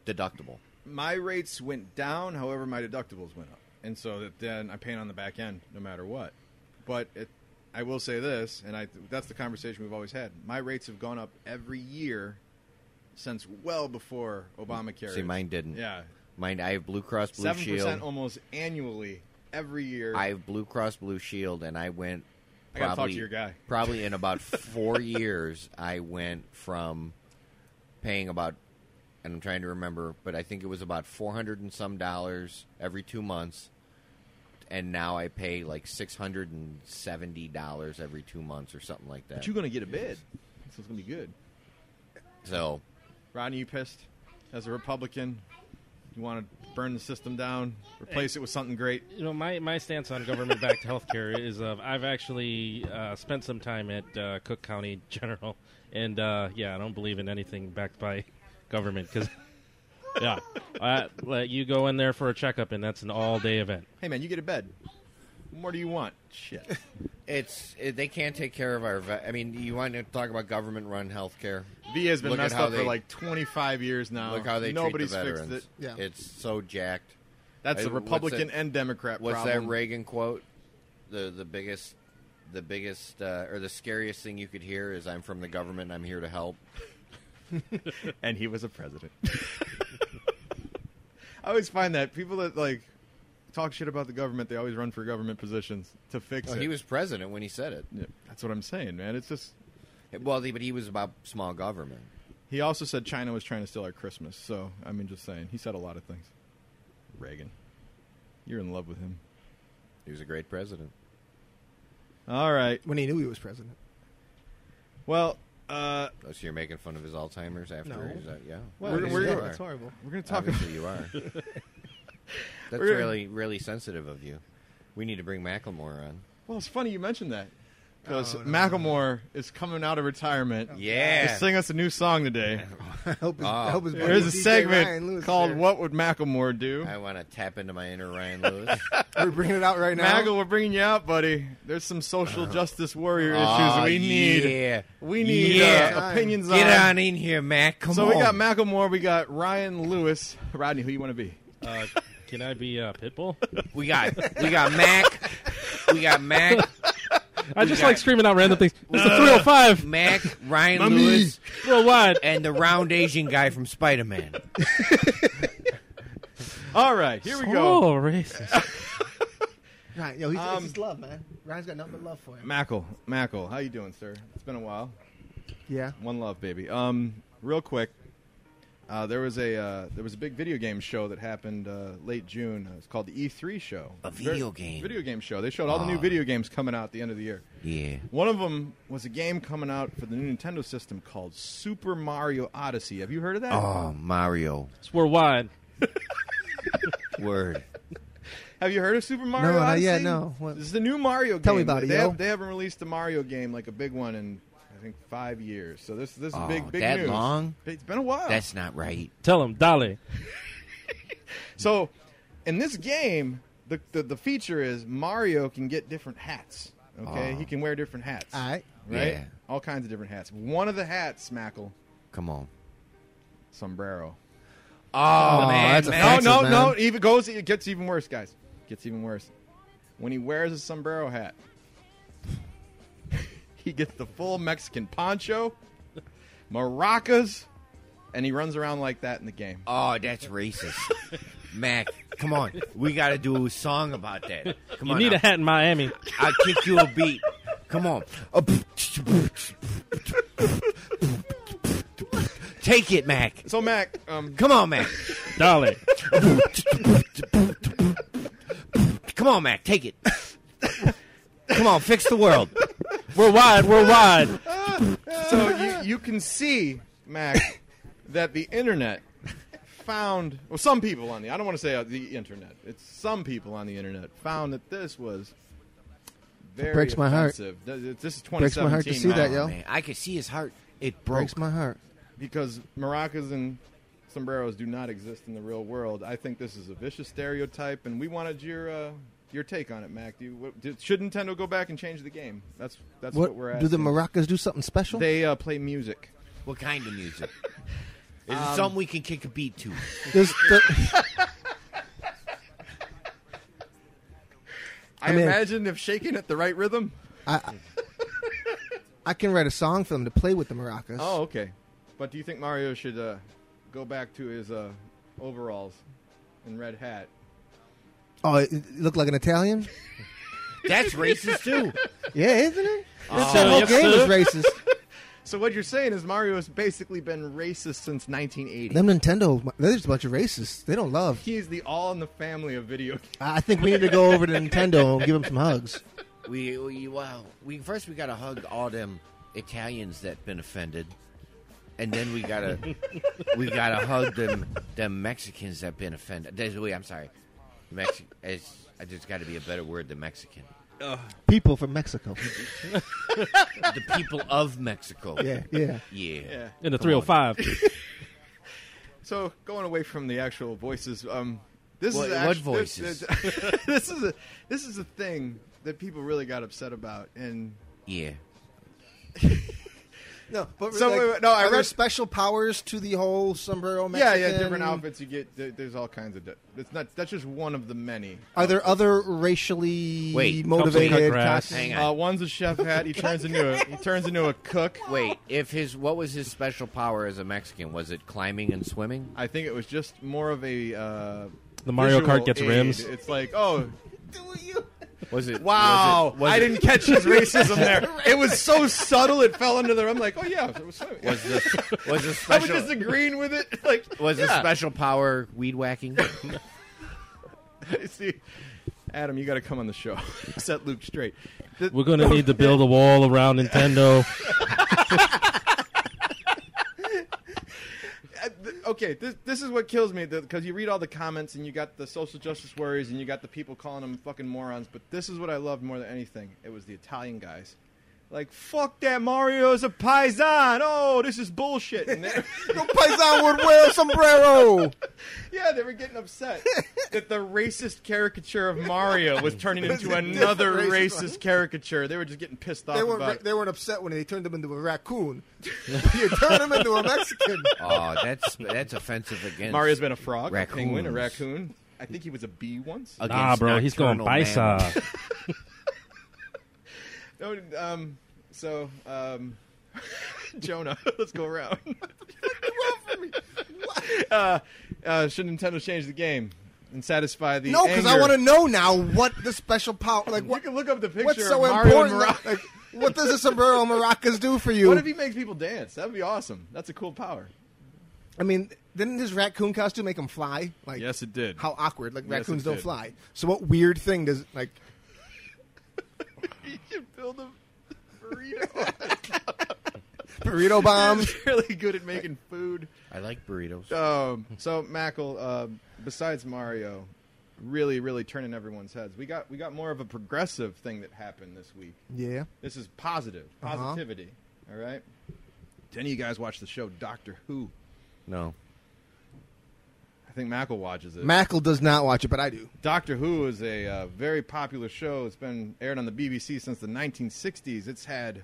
B: deductible.
A: my rates went down, however, my deductibles went up, and so that then I pay it on the back end no matter what. But it, I will say this, and I that's the conversation we've always had. My rates have gone up every year since well before Obamacare.
B: See, mine didn't.
A: Yeah,
B: Mine, I have Blue Cross Blue
A: seven
B: Shield.
A: percent almost annually every year.
B: I have Blue Cross Blue Shield, and I went.
A: I
B: Probably,
A: gotta talk to your guy.
B: probably in about four years, I went from paying about, and I'm trying to remember, but I think it was about four hundred and some dollars every two months, and now I pay like six hundred and seventy dollars every two months or something like that.
A: but you're gonna get a bid, so it's gonna be good.
B: so
A: Rodney, you pissed as a Republican? You want to burn the system down, replace it with something great?
D: You know, my, my stance on government backed healthcare is uh, I've actually uh, spent some time at uh, Cook County General, and uh, yeah, I don't believe in anything backed by government because, yeah, I, like, you go in there for a checkup, and that's an all day event.
A: Hey man, you get a bed. What more do you want? Shit.
B: it's it, they can't take care of our. Vet. I mean, you want to talk about government-run healthcare?
A: VA has been
B: Look at
A: messed
B: how
A: up
B: they-
A: for like 25 years now.
B: Look how they
A: Nobody's
B: treat the veterans.
A: fixed it.
C: Yeah.
B: It's so jacked.
A: That's
B: I-
A: the
B: what's
A: Republican
B: that-
A: and Democrat
B: What's
A: problem.
B: that Reagan quote? The the biggest, the biggest, uh, or the scariest thing you could hear is "I'm from the government. I'm here to help."
A: and he was a president. I always find that people that like talk shit about the government, they always run for government positions to fix
B: Oh,
A: it.
B: he was president when he said it.
A: Yeah, that's what I'm saying, man. It's just
B: Well, the- but he was about small government.
A: he also said China was trying to steal our Christmas. So I mean, just saying, he said a lot of things. Reagan, you're in love with him.
B: He was a great president.
A: All right.
C: when he knew he was president.
A: Well, uh,
B: Oh, so you're making fun of his Alzheimer's after
C: No.
B: he's out? Yeah.
A: Well,
B: Obviously
A: we're-
B: you
A: we're-
B: are.
C: That's horrible.
A: we're gonna talk.
B: Obviously you are. That's
A: We're-
B: really really sensitive of you. We need to bring Macklemore on.
A: Well, it's funny you mentioned that because
C: Oh, no. Oh.
A: Macklemore is coming out of retirement.
B: Yeah.
A: to sing us a new song today.
C: I hope his,
A: Ah.
C: I hope his buddy
A: There's a
C: DJ Ryan
A: segment
C: Lewis
A: called
C: there.
A: "What Would Macklemore Do."
B: I want to tap into my inner Ryan Lewis.
C: We're bringing it out right now.
A: Maggle, we're bringing you out, buddy. There's some social justice warrior
B: Uh-huh. Aw,
A: issues we need.
B: Yeah.
A: We need
B: Yeah.
A: uh, opinions
B: Get on in here, Mac. Come
A: So
B: on.
A: we got Macklemore, we got Ryan Lewis. Rodney, who you want to be?
D: Uh, can I be uh, Pitbull?
B: We got we got Mac. We got Mac.
D: I just
B: got-
D: like screaming out random things. It's
B: Uh,
D: oh the 305
B: Mac, Ryan Lewis,
D: worldwide.
B: and the round Asian guy from Spider Man.
A: All right, here we go.
D: Oh, racist.
C: Ryan, yo, he's,
A: Um,
C: um, his love, man. Ryan's got nothing but love for him.
A: Mackle, Mackle, how you doing, sir? It's been a while.
C: Yeah.
A: One love, baby. Um, real quick, uh, there was a uh, there was a big video game show that happened uh, late June. Uh, It's called the E3 show.
B: A
A: Very-
B: video game.
A: Video game show. They showed all the
C: Ah.
A: new video games coming out at the end of the year.
B: Yeah.
A: One of them was a game coming out for the new Nintendo system called Super Mario Odyssey. Have you heard of that?
C: Ah.
B: Oh, Mario.
D: It's worldwide.
B: Word.
A: Have you heard of Super Mario?
C: not
A: Odyssey?
C: yet, no. What-
A: This is the new Mario game.
C: Tell me about it,
A: They,
C: yo.
A: have, they haven't released a Mario game like a big one in I think five years. So this this is
C: Ah,
B: Oh,
A: big big
B: that
A: news.
B: long?
A: It's been a while.
B: That's not right.
D: Tell him, Dolly.
A: So, in this game, the, the the feature is Mario can get different hats. Okay,
B: Oh.
A: he can wear different hats.
C: All right.
A: right?
B: Yeah.
A: All kinds of different hats. One of the hats, Smackle,
B: Come on.
A: sombrero.
B: Oh, man.
C: that's a
B: Mac.
A: No,
C: Hats,
A: no,
C: man.
A: no. it Even goes. It gets even worse, guys. Gets even worse. When he wears a sombrero hat, he gets the full Mexican poncho, maracas, and he runs around like that in the game.
B: Oh, that's racist. Mac, come on. We got to do a song about that. Come
D: You
B: on.
D: need
B: I'll,
D: a hat in Miami.
B: I'll kick you a beat. Come on. Take it, Mac.
A: So Mac, um,
B: Come on, Mac.
D: Dolly.
B: Come on, Mac. Take it. Come on, fix the world.
D: Worldwide, worldwide.
A: so you, you can see, Mac, that the internet found well, some people on the I don't want to say uh, the internet. It's some people on the internet found that this was very
C: breaks my heart.
A: offensive. Th- th- This is
C: breaks
A: 2017.
C: my heart to see
A: now.
C: that, yo.
B: Oh, man. I could see his heart. It broke.
C: Breaks my heart.
A: because maracas and sombreros do not exist in the real world. I think this is a vicious stereotype, and we wanted your uh, your take on it, Mac. Do you, what, do, should Nintendo go back and change the game? That's that's what,
C: What,
A: we're
C: do
A: asking.
C: the maracas do something special?
A: they uh, play music.
B: What kind of music? Is
C: Um,
B: it something we can kick a beat to?
C: There's the-
A: I,
C: mean-
A: imagine if shaking at the right rhythm.
C: I, I can write a song for them to play with the maracas.
A: Oh, okay. But do you think Mario should uh, go back to his uh, overalls and red hat?
C: oh it, it looked like an Italian.
B: That's racist too.
C: Yeah, isn't it?
D: Oh,
C: that whole
D: yes,
C: game
D: sir.
C: is racist.
A: So what you're saying is Mario has basically been racist since 1980.
C: Them Nintendo, they're just a bunch of racists. They don't love.
A: He's the all in the family of video games.
C: I I think we need to go over to Nintendo and give them some hugs.
B: We, we well, we first we gotta hug all them Italians that been offended, and then we gotta we gotta hug them them Mexicans that been offended. That's, wait, I'm sorry, Mexican. I just got to be a better word than Mexican.
C: People from Mexico.
B: The people of Mexico.
C: Yeah, yeah.
B: yeah.
A: Yeah.
D: In the
B: Come on.
D: 305.
A: So going away from the actual voices, um, this
B: What-
A: is
B: what
A: actu-
B: voices?
A: This, this is a this is a thing that people really got upset about, and
B: Yeah.
C: No, but
A: So, wait, wait, no, I
C: are there
A: read-
C: special powers to the whole sombrero.
A: yeah, yeah,
C: Mexican-
A: different outfits you get. There, there's all kinds of. Di- it's not that's just one of the many.
C: Are there other racially
B: Wait,
D: Cut
C: motivated?
D: grass.
C: costumes?
B: Hang
A: Uh,
B: on.
A: one's a chef hat. He turns into a he turns into a cook.
B: Wait, if his what was his special power as a Mexican? Was it climbing and swimming?
A: I think it was just more of a. Uh,
D: The Mario
A: visual
D: Kart gets
A: aid.
D: rims.
A: It's like, oh
B: Was it?
A: wow,
B: Was it, was
A: Oh, I
B: it-
A: didn't catch his racism there. It was so subtle. It fell under the. I'm like, oh yeah, it was swimming.
B: Was the was
A: I
B: the
A: was
B: special
A: just agreeing with it. Like,
B: was the
A: yeah.
B: special power weed whacking?
A: See, Adam, you got to come on the show. Set Luke straight. The-
D: We're going to need to build a wall around Nintendo.
A: uh, th- okay, this this is what kills me because you read all the comments and you got the social justice warriors and you got the people calling them fucking morons. But this is what I loved more than anything. It was the Italian guys Like fuck that Mario's a paisan. Oh, this is bullshit. And they-
F: No paisan would wear a sombrero.
A: yeah, they were getting upset that the racist caricature of Mario was turning into another
F: Racist
A: racist caricature. They were just getting pissed off
F: They weren't.
A: about.
F: ra- They weren't upset when they turned him into a raccoon. you turned him into a Mexican.
B: Oh, that's that's offensive against
A: Mario's been a frog, a penguin, a
B: Raccoons.
A: raccoon. I think he was a bee once.
B: against
D: Nah, bro, he's going
B: nocturnal mammals.
D: bisa.
A: No, um, so um, Jonah, let's go around. uh, uh, should Nintendo change the game and satisfy the?
F: No, because
A: because
F: I want to know now what the special power. Like
A: You
F: what?
A: can look up the picture.
F: What's so
A: of Mario and
F: important?
A: Mara-
F: Like, what does the sombrero and maracas do for you?
A: What if he makes people dance? That would be awesome. That's a cool power.
F: I mean, didn't his raccoon costume make him fly? Like
A: it did.
F: How awkward! Like
A: Yes,
F: raccoons
A: it
F: don't
A: did.
F: fly. So what weird thing does like?
A: you can build a burrito?
F: burrito bombs.
A: He's really good at making food.
B: I like burritos.
A: Um, so Mackle, uh, besides Mario, really, really turning everyone's heads. We got we got more of a progressive thing that happened this week.
F: yeah.
A: This is positive
F: Uh-huh.
A: positivity. all right. Did any of you guys watch the show Doctor Who?
B: No,
A: I think Mackle watches it.
F: Mackle does not watch it, but I do.
A: Doctor Who is a uh, very popular show. It's been aired on the BBC since the 1960s. It's had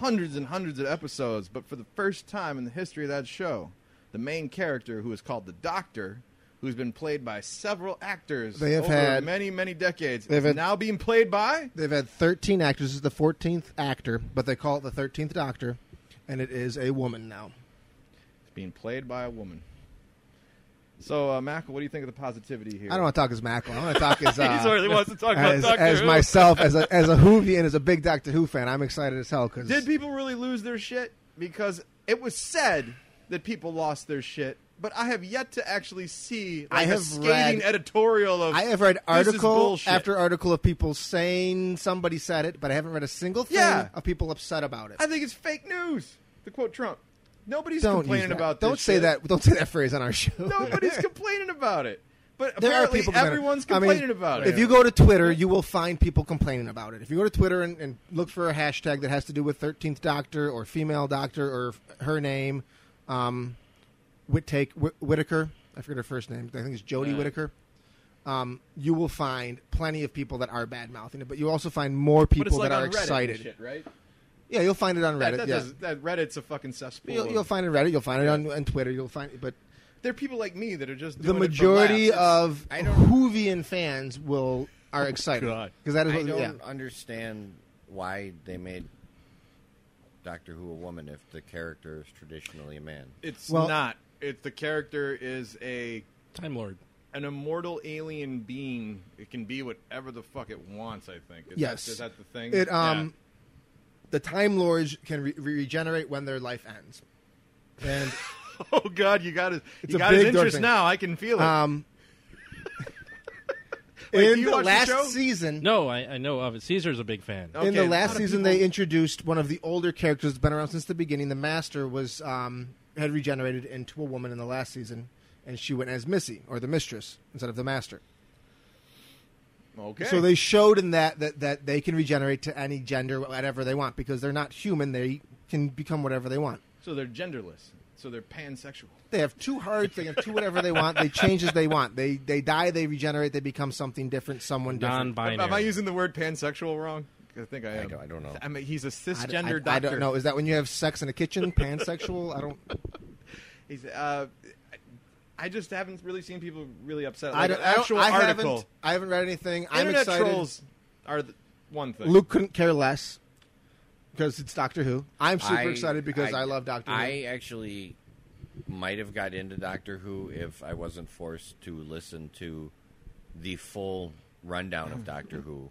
A: hundreds and hundreds of episodes, but for the first time in the history of that show, the main character, who is called the Doctor, who's been played by several actors
F: They have
A: over
F: had-
A: many, many decades,
F: They've
A: is
F: had-
A: now being played by
F: They've had 13 actors. This is the 14th actor, but they call it the 13th Doctor, and it is a woman now.
A: being played by a woman. So, uh, Mac, what do you think of the positivity here?
F: I don't want to talk as Mackle. I want to talk as uh,
A: wants to talk
F: as, as myself, as a as a Whovian, as a big Doctor Who fan. I'm excited as hell because
A: Did people really lose their shit? Because it was said that people lost their shit, but I have yet to actually see like,
F: I
A: a
F: have
A: scathing
F: read-
A: editorial of.
F: I have read
A: "This is
F: article
A: bullshit."
F: after article of people saying somebody said it, but I haven't read a single thing
A: Yeah.
F: of people upset about it.
A: I think it's fake news. To quote Trump, nobody's
F: don't use
A: complaining
F: that.
A: about.
F: Don't
A: this
F: say
A: shit.
F: that. Don't say that phrase on our show.
A: Nobody's complaining about it. But
F: There are
A: apparently,
F: people. complaining.
A: everyone's
F: I mean,
A: complaining about it.
F: If you go to Twitter, you will find people complaining about it. If you go to Twitter and, and look for a hashtag that has to do with Thirteenth Doctor or female Doctor or f- her name, um, Whittake Whit- Whitaker. I forget her first name. I think it's Jodie Whittaker. Um, you will find plenty of people that are bad mouthing it, but you also find more
A: but it's
F: people
A: like
F: that
A: on
F: are
A: Reddit and
F: excited.
A: shit, right?
F: Yeah, you'll find it on
A: That,
F: Reddit.
A: that
F: yeah.
A: does- that Reddit's a fucking cesspool.
F: You'll,
A: of-
F: you'll find it on Reddit. You'll find it on, on Twitter. You'll find it, but
A: there are people like me that are just
F: the
A: doing it for
F: majority
A: laughs.
F: of
B: I don't-
F: Hoovian fans will
A: Oh
F: are excited
D: God.
F: because that is
B: I
F: what,
B: don't
F: yeah.
B: understand why they made Doctor Who a woman if the character is traditionally a man.
A: It's
F: Well-
A: not. It's the character is a
D: Time Lord.
A: an immortal alien being. It can be whatever the fuck it wants. I think. Is
F: Yes.
A: That, is that the thing?
F: It um,
A: Yeah.
F: the Time Lords can re- re- regenerate when their life ends, and
A: Oh God, you got his.
F: a
A: You got his
F: big dark
A: interest
F: thing.
A: now. I can feel it.
F: um,
A: Wait, do
F: in
A: you
F: the
A: watch the
F: last
A: show?
F: season,
D: No, I, I know of it. Caesar's a big fan.
A: Oh.
F: in the
A: Okay,
F: last
A: not a
F: season
A: people-
F: they introduced one of the older characters that's been around since the beginning. The Master was um, had regenerated into a woman in the last season, and she went as Missy or the Mistress instead of the Master.
A: okay.
F: So they showed in that, that that they can regenerate to any gender, whatever they want, because they're not human. They can become whatever they want.
A: So they're genderless. So they're pansexual.
F: They have two hearts. They have two whatever they want. They change as they want. They they die. They regenerate. They become something different. Someone different.
D: Non-binary.
A: Am I using the word pansexual wrong? I think I am.
B: don't- I don't know.
A: I mean, he's a
F: I d-
A: cisgender doctor.
F: I, I don't know. Is that when you have sex in a kitchen? Pansexual? I don't.
A: He's, uh, I just haven't really seen people really upset.
F: I
A: Like
F: don't.
A: an
F: I,
A: actual
F: don't I
A: article.
F: haven't. I haven't read anything. I'm
A: Internet
F: excited.
A: trolls are the one thing.
F: Luke couldn't care less because it's Doctor Who. I'm super
B: I-
F: excited because I, love Doctor Who.
B: I actually might have got into Doctor Who if I wasn't forced to listen to the full rundown of Doctor Who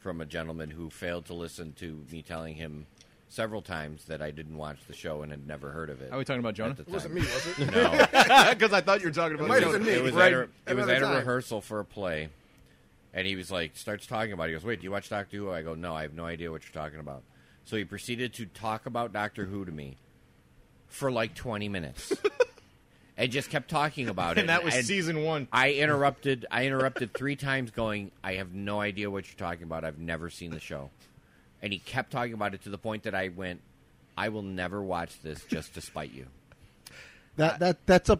B: from a gentleman who failed to listen to me telling him several times that I didn't watch the show and had never heard of it.
A: Are we talking about Jonah?
B: at the
A: It
F: wasn't me,
B: time.
F: was it?
B: No.
A: Because I thought you were talking about.
F: might have
A: Jonah.
F: been me.
B: It was,
A: Right.
B: at, a, it was
F: Another
B: at a
F: time.
B: rehearsal for a play, and he was like, starts talking about. it. He goes, "Wait, do you watch Doctor Who?" I go, "No, I have no idea what you're talking about." So he proceeded to talk about Doctor Who to me for like 20 minutes, and just kept talking about it.
A: and that was
B: and
A: season one.
B: I interrupted. I interrupted three times, going, "I have no idea what you're talking about. I've never seen the show." and he kept talking about it to the point that I went, I will never watch this just to spite you.
F: That that that's a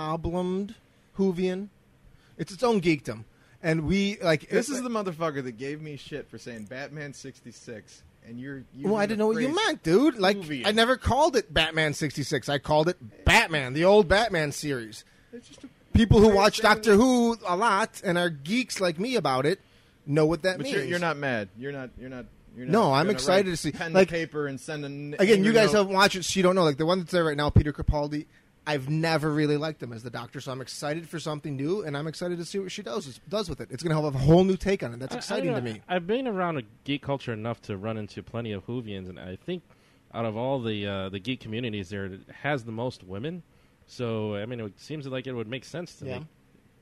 F: problemed Hoovian. It's its own geekdom, and we like
A: This
F: it-
A: is the motherfucker that gave me shit for saying Batman 66, and you're.
F: Well, I didn't know what you meant, dude. Like
A: Hoovian.
F: I never called it Batman sixty six. I called it Batman, the old Batman series.
A: It's just a,
F: People who
A: Right,
F: watch
A: same
F: Doctor
A: with-
F: Who a lot and are geeks like me about it know what that
A: but
F: means.
A: you're, you're not mad. You're not. You're not. You're not
F: No, I'm
A: gonna
F: excited
A: write
F: to see-
A: Pen
F: like-
A: to paper and send an
F: Again, you
A: angry
F: guys
A: note.
F: haven't watched it, so you don't know. Like the one that's there right now, Peter Capaldi. I've never really liked him as the Doctor, so I'm excited for something new, and I'm excited to see what she does does with it. It's going to have a whole new take on it. That's
D: I- I
F: exciting to
D: don't know.
F: me.
D: I've been around a geek culture enough to run into plenty of Hoovians, and I think out of all the uh, the geek communities there, it has the most women. So I mean, it seems like it would make sense to
F: Yeah.
D: me.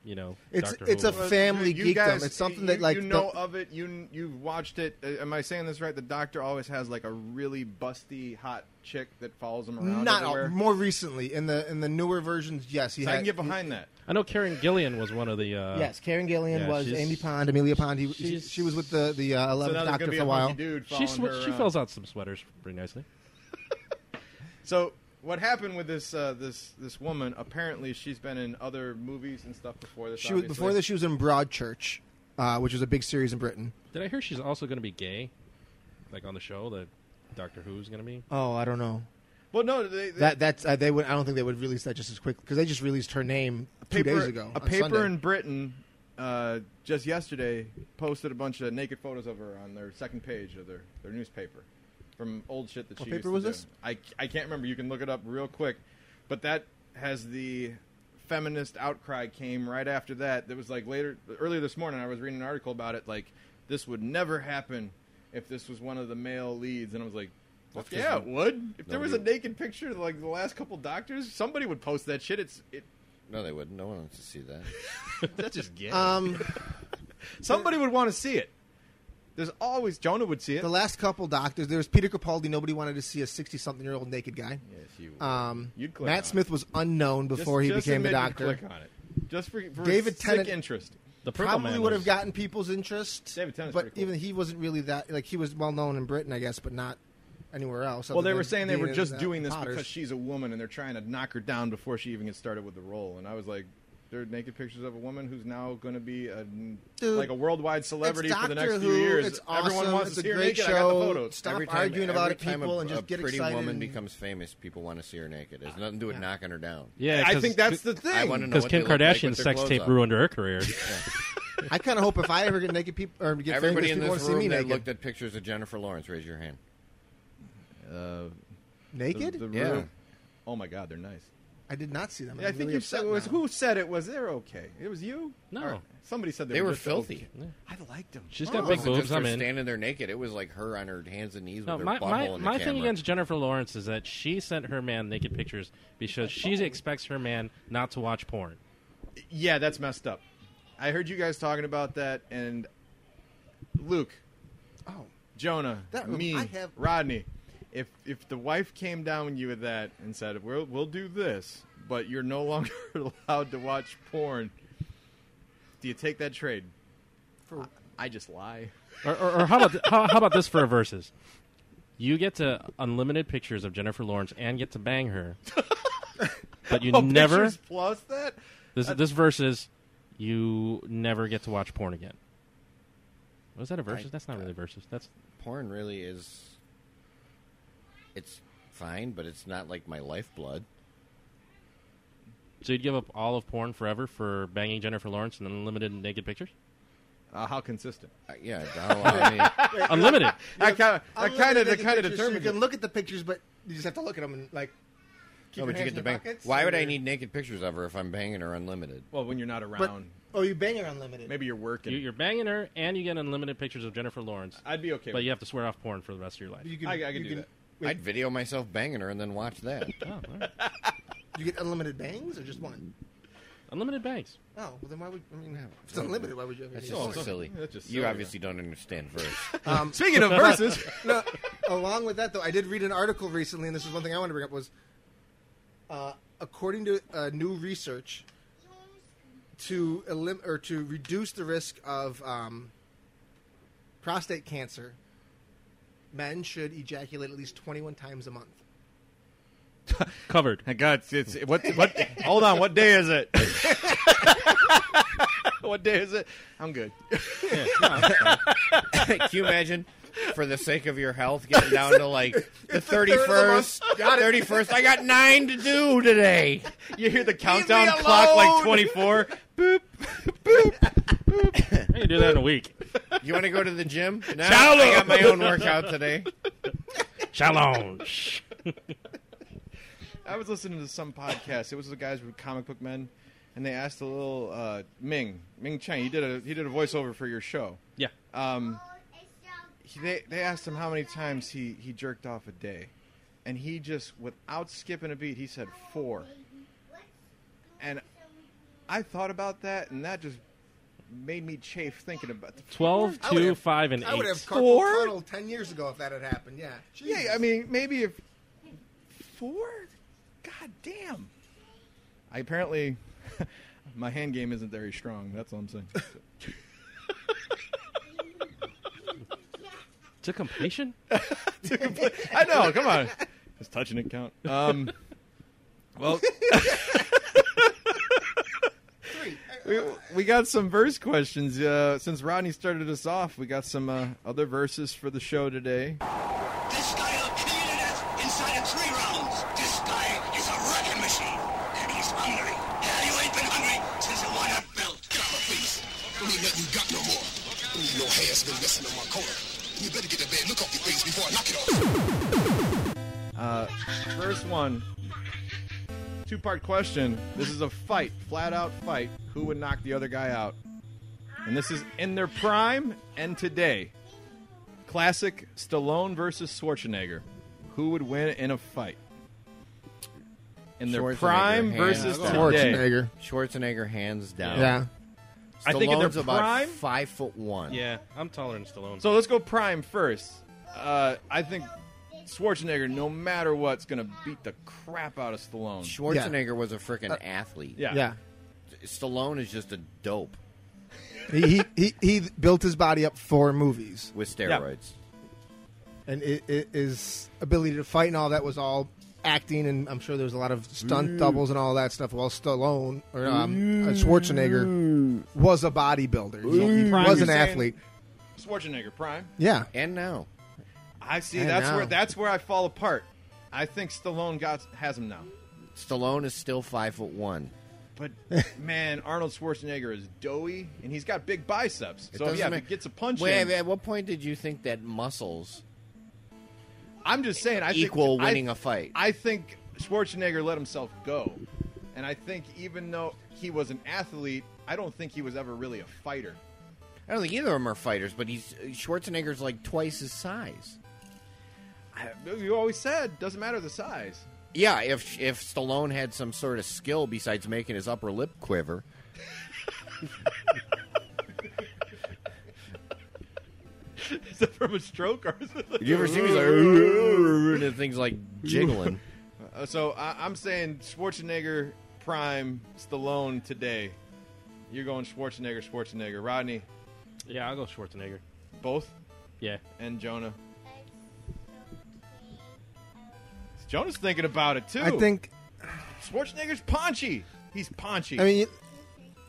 D: You know,
F: It's-
D: Dr.
F: it's a
D: Who.
A: Well,
F: family
A: you, you
F: geekdom.
A: Guys,
F: It's something
A: you-
F: that, like,
A: you know
F: the-
A: of it. You you've watched it. Uh, am I saying this right? The Doctor always has like a really busty hot chick that follows him around.
F: Not all,
A: everywhere.
F: more recently in the in the newer versions. Yes, he
A: So I
F: had,
A: can get behind that.
D: I know Karen Gillian was one of the. Uh,
F: Yes, Karen Gillian
D: Yeah,
F: was
D: she's-
F: Amy Pond, Amelia Pond. He, she,
D: she's-
F: she was with the the uh,
A: So
F: eleventh
A: now there's
F: Doctor
A: gonna be
F: for a
A: hunky
F: while.
A: dude
D: she
A: following
D: sw-
A: her
D: she
A: around.
D: fills out some sweaters pretty nicely.
A: So what happened with this uh, this this woman? Apparently, she's been in other movies and stuff before this.
F: She was,
A: obviously.
F: before this, she was in Broadchurch, uh, which is a big series in Britain.
D: Did I hear she's also going to be gay, like on the show that Doctor Who's going to be?
F: Oh, I don't know.
A: Well, no, they, they,
F: That that's uh, they would. I don't think they would release that just as quick because they just released her name two
A: paper,
F: days ago.
A: A
F: on Sunday.
A: paper in Britain uh, just yesterday posted a bunch of naked photos of her on their second page of their, their newspaper from old shit that
F: What
A: she
F: paper
A: used
F: was
A: to do.
F: this?
A: I, I can't remember. You can look it up real quick. But that has the feminist outcry came right after that. That was like later earlier this morning. I was reading an article about it. Like this would never happen if this was one of the male leads, and I was like. Fuck yeah, it would. If there was a
B: Nobody-
A: naked picture of like the last couple doctors, somebody would post that shit. It's it.
B: No, they wouldn't. No one wants to see that.
A: That's just gay.
F: Um,
A: Somebody would want to see it. There's always Jonah would see it.
F: the last couple doctors, there was Peter Capaldi. Nobody wanted to see a sixty-something-year-old naked guy.
A: yes, you.
F: Um,
A: You'd click on
F: Matt
A: it.
F: Smith was unknown before he
A: Just- just
F: became the
A: admit you'd
F: doctor.
A: Click on it just for, for
F: David
A: sick
F: Tennant-
A: interest.
D: The Purple
F: Probably
D: Man
F: would
D: was-
F: have gotten people's interest.
A: David Tennant's
F: but
A: pretty cool.
F: even he wasn't really that like he was well known in Britain, I guess, but not anywhere else.
A: Well,
F: other
A: they were
F: than
A: saying they
F: being
A: were
F: in
A: just
F: the
A: doing this
F: Potters.
A: because she's a woman and they're trying to knock her down before she even gets started with the role. And I was like, there are naked pictures of a woman who's now going to be a
F: Dude,
A: like a worldwide celebrity
F: It's
A: for the
F: Doctor
A: next
F: Who,
A: few years.
F: It's
A: Everyone
F: awesome,
A: wants
F: it's
A: to
F: a
A: see her
F: great
A: naked.
F: Show.
A: I got the photos.
F: Stop arguing about it, people, and just get
B: pretty
F: excited.
B: woman
F: and-
B: becomes famous, people want to see her naked. It has nothing to do with knocking her down.
D: Yeah,
A: I
D: 'cause-
A: think that's the thing.
B: I want to know
D: because
B: what
D: Kim
B: they look like with
D: Kardashian's
B: their
D: sex
B: clothes
D: tape
B: on.
D: ruined her career.
F: I kind of hope if I ever get naked, people or get
B: Everybody
F: famous,
B: in
F: people want
B: this
F: to see me
B: room that
F: naked.
B: looked at pictures of Jennifer Lawrence, raise your hand.
F: naked?
A: The- the
B: Yeah.
A: room- Oh my God, they're nice.
F: I did not see them.
A: I
F: I'm
A: think
F: really
A: you said
F: upset
A: it was
F: now.
A: who said it was they're okay. It was you.
D: No.
A: Or somebody said they,
B: They were
A: just
B: filthy.
A: okay. I liked them.
D: She's
A: Oh.
D: got big
B: It wasn't
D: boobs.
B: just
D: I'm
B: her
D: in.
B: standing there naked. It was like her on her hands and knees with
D: No,
B: her
D: my
B: butthole
D: my,
B: in the
D: my
B: camera.
D: thing against Jennifer Lawrence is that she sent her man naked pictures because she expects her man not to watch porn.
A: Yeah, that's messed up. I heard you guys talking about that, and Luke,
F: Oh,
A: Jonah,
F: That-
A: me,
F: I have-
A: Rodney. If if the wife came down with you with that and said, "We'll we'll do this, but you're no longer allowed to watch porn," do you take that trade?
F: For-
A: I just lie.
D: Or, or, or how about how, how about this for a versus? You get to unlimited pictures of Jennifer Lawrence and get to bang her, but you
A: Oh,
D: never
A: pictures plus that.
D: this this versus you never get to watch porn again. Was that a versus? That's not really versus. That's
B: porn really is it's fine but it's not like my lifeblood
D: so you'd give up all of porn forever for banging Jennifer Lawrence and unlimited naked pictures.
A: Uh, how consistent?
B: uh, yeah I don't- I mean,
D: Unlimited.
A: I kind of kind of
F: Unlimited
A: kind of
F: pictures, so
A: determined.
F: You can look at the pictures, but you just have to look at them and like.
B: no,
F: your
B: but you
F: hands
B: get
F: in
B: the bang.
F: your pockets,
B: why would
F: or-
B: i need naked pictures of her if i'm banging her unlimited
A: Well, when you're not
F: But,
A: around,
F: oh, you bang are unlimited.
A: maybe you're working.
D: You, you're banging her and you get unlimited pictures of Jennifer Lawrence,
A: I'd be okay.
D: but
A: with
D: you have to swear off porn for the rest of your life.
F: You can,
A: I- I can
F: you
A: do
F: can,
A: that.
F: Wait,
B: i'd video myself banging her and then watch that
D: Oh, all right.
F: you get unlimited bangs or just one?
D: Unlimited bangs.
F: Oh, well then why would I mean? If it's unlimited, why would you? Have
B: that's
F: any-
B: just
A: Oh,
B: so
A: so-
B: silly
A: that's just
B: you
A: silly,
B: obviously don't understand verse
F: Um,
A: Speaking of verses,
F: no, along with that though, I did read an article recently, and this is one thing I want to bring up was, uh, according to uh, new research, to elim- or to reduce the risk of um, prostate cancer, men should ejaculate at least 21 times a month.
D: Covered.
A: I got it's, it's what what. hold on, what day is it? what day is it? I'm good.
B: Can you imagine? For the sake of your health, getting down to like the thirty first, thirty first. I got nine to do today.
A: You hear the countdown clock like 24.
D: I can do that in a week.
B: You want to go to the gym? No, I got my own workout today.
D: Challenge.
A: I was listening to some podcast. It was the guys with comic book men, and they asked a little uh, Ming Ming Chang. He did a he did a voiceover for your show.
D: Yeah.
A: Um, he, they they asked him how many times he he jerked off a day, and he just without skipping a beat, he said four. And I thought about that, and that just made me chafe thinking about the
D: 12,
F: would
D: 2,
F: have-
D: 5, and
F: I would
D: 8.
F: have
A: Four?
F: carpal tunnel 10 years ago if that had happened. Yeah.
A: Yeah, I mean, maybe if four. God damn. I apparently my hand game isn't very strong. That's all I'm saying.
D: to completion?
A: I know. Come on. Does touching it count? Um. Well, we, we got some verse questions. Uh, since Rodney started us off, we got some uh, other verses for the show today.
G: This guy located us inside of three rounds. This guy is a wrecking machine, and he's hungry. Hell, you ain't been hungry since you won that belt. Get out of my face. Don't need nothing you got no more. Don't need no hands been messing on my corner. You better get the bad look off your face before I knock it off.
A: First one. Two part question. This is a fight, flat out fight. Who would knock the other guy out? And this is in their prime and today. Classic Stallone versus Schwarzenegger. Who would win in a fight? In their
B: Schwarzenegger,
A: prime
B: hands
A: versus
B: down.
A: today.
F: Schwarzenegger.
B: Schwarzenegger, hands down.
F: Yeah.
A: I think in their
B: Stallone's about
A: prime-
B: five foot one.
D: Yeah, I'm taller than Stallone.
A: So let's go prime first. Uh, I think Schwarzenegger, no matter what's going to beat the crap out of Stallone.
B: Schwarzenegger was a freaking athlete.
A: Uh, yeah.
F: Yeah.
B: Stallone is just a dope
F: he, he, he, he built his body up for movies.
B: with steroids.
F: and it, it, his ability to fight and all that was all acting, and I'm sure there was a lot of stunt doubles and all that stuff. While Stallone or um, uh, Schwarzenegger was a bodybuilder, he, he
A: Prime,
F: was
A: you're
F: an
A: saying?
F: athlete.
A: Schwarzenegger, prime.
F: Yeah,
B: And now,
A: I see.
F: I
A: that's
F: know.
A: where that's where I fall apart. I think Stallone got has him now,
B: Stallone is still five foot one.
A: but man, Arnold Schwarzenegger is doughy and he's got big biceps.
B: It
A: so
B: doesn't
A: yeah,
B: make-
A: if he gets a punch
B: Wait,
A: in,
B: at what point did you think that muscles
A: I'm just saying. I
B: equal
A: think,
B: winning
A: I,
B: a fight?
A: I think Schwarzenegger let himself go, and I think even though he was an athlete, I don't think he was ever really a fighter.
B: I don't think either of them are fighters, but he's Schwarzenegger's like twice his size.
A: I- You always said doesn't matter the size.
B: Yeah, if if Stallone had some sort of skill besides making his upper lip quiver,
A: Is that from a stroke or is it like-
B: you ever see him? He's like and things like jiggling.
A: Uh, so I, I'm saying Schwarzenegger prime Stallone today. You're going Schwarzenegger, Schwarzenegger, Rodney,
D: yeah, I'll go Schwarzenegger.
A: both,
D: Yeah.
A: and Jonah. Jonah's thinking about it too.
F: I think.
A: Schwarzenegger's paunchy. He's paunchy.
F: I mean, you,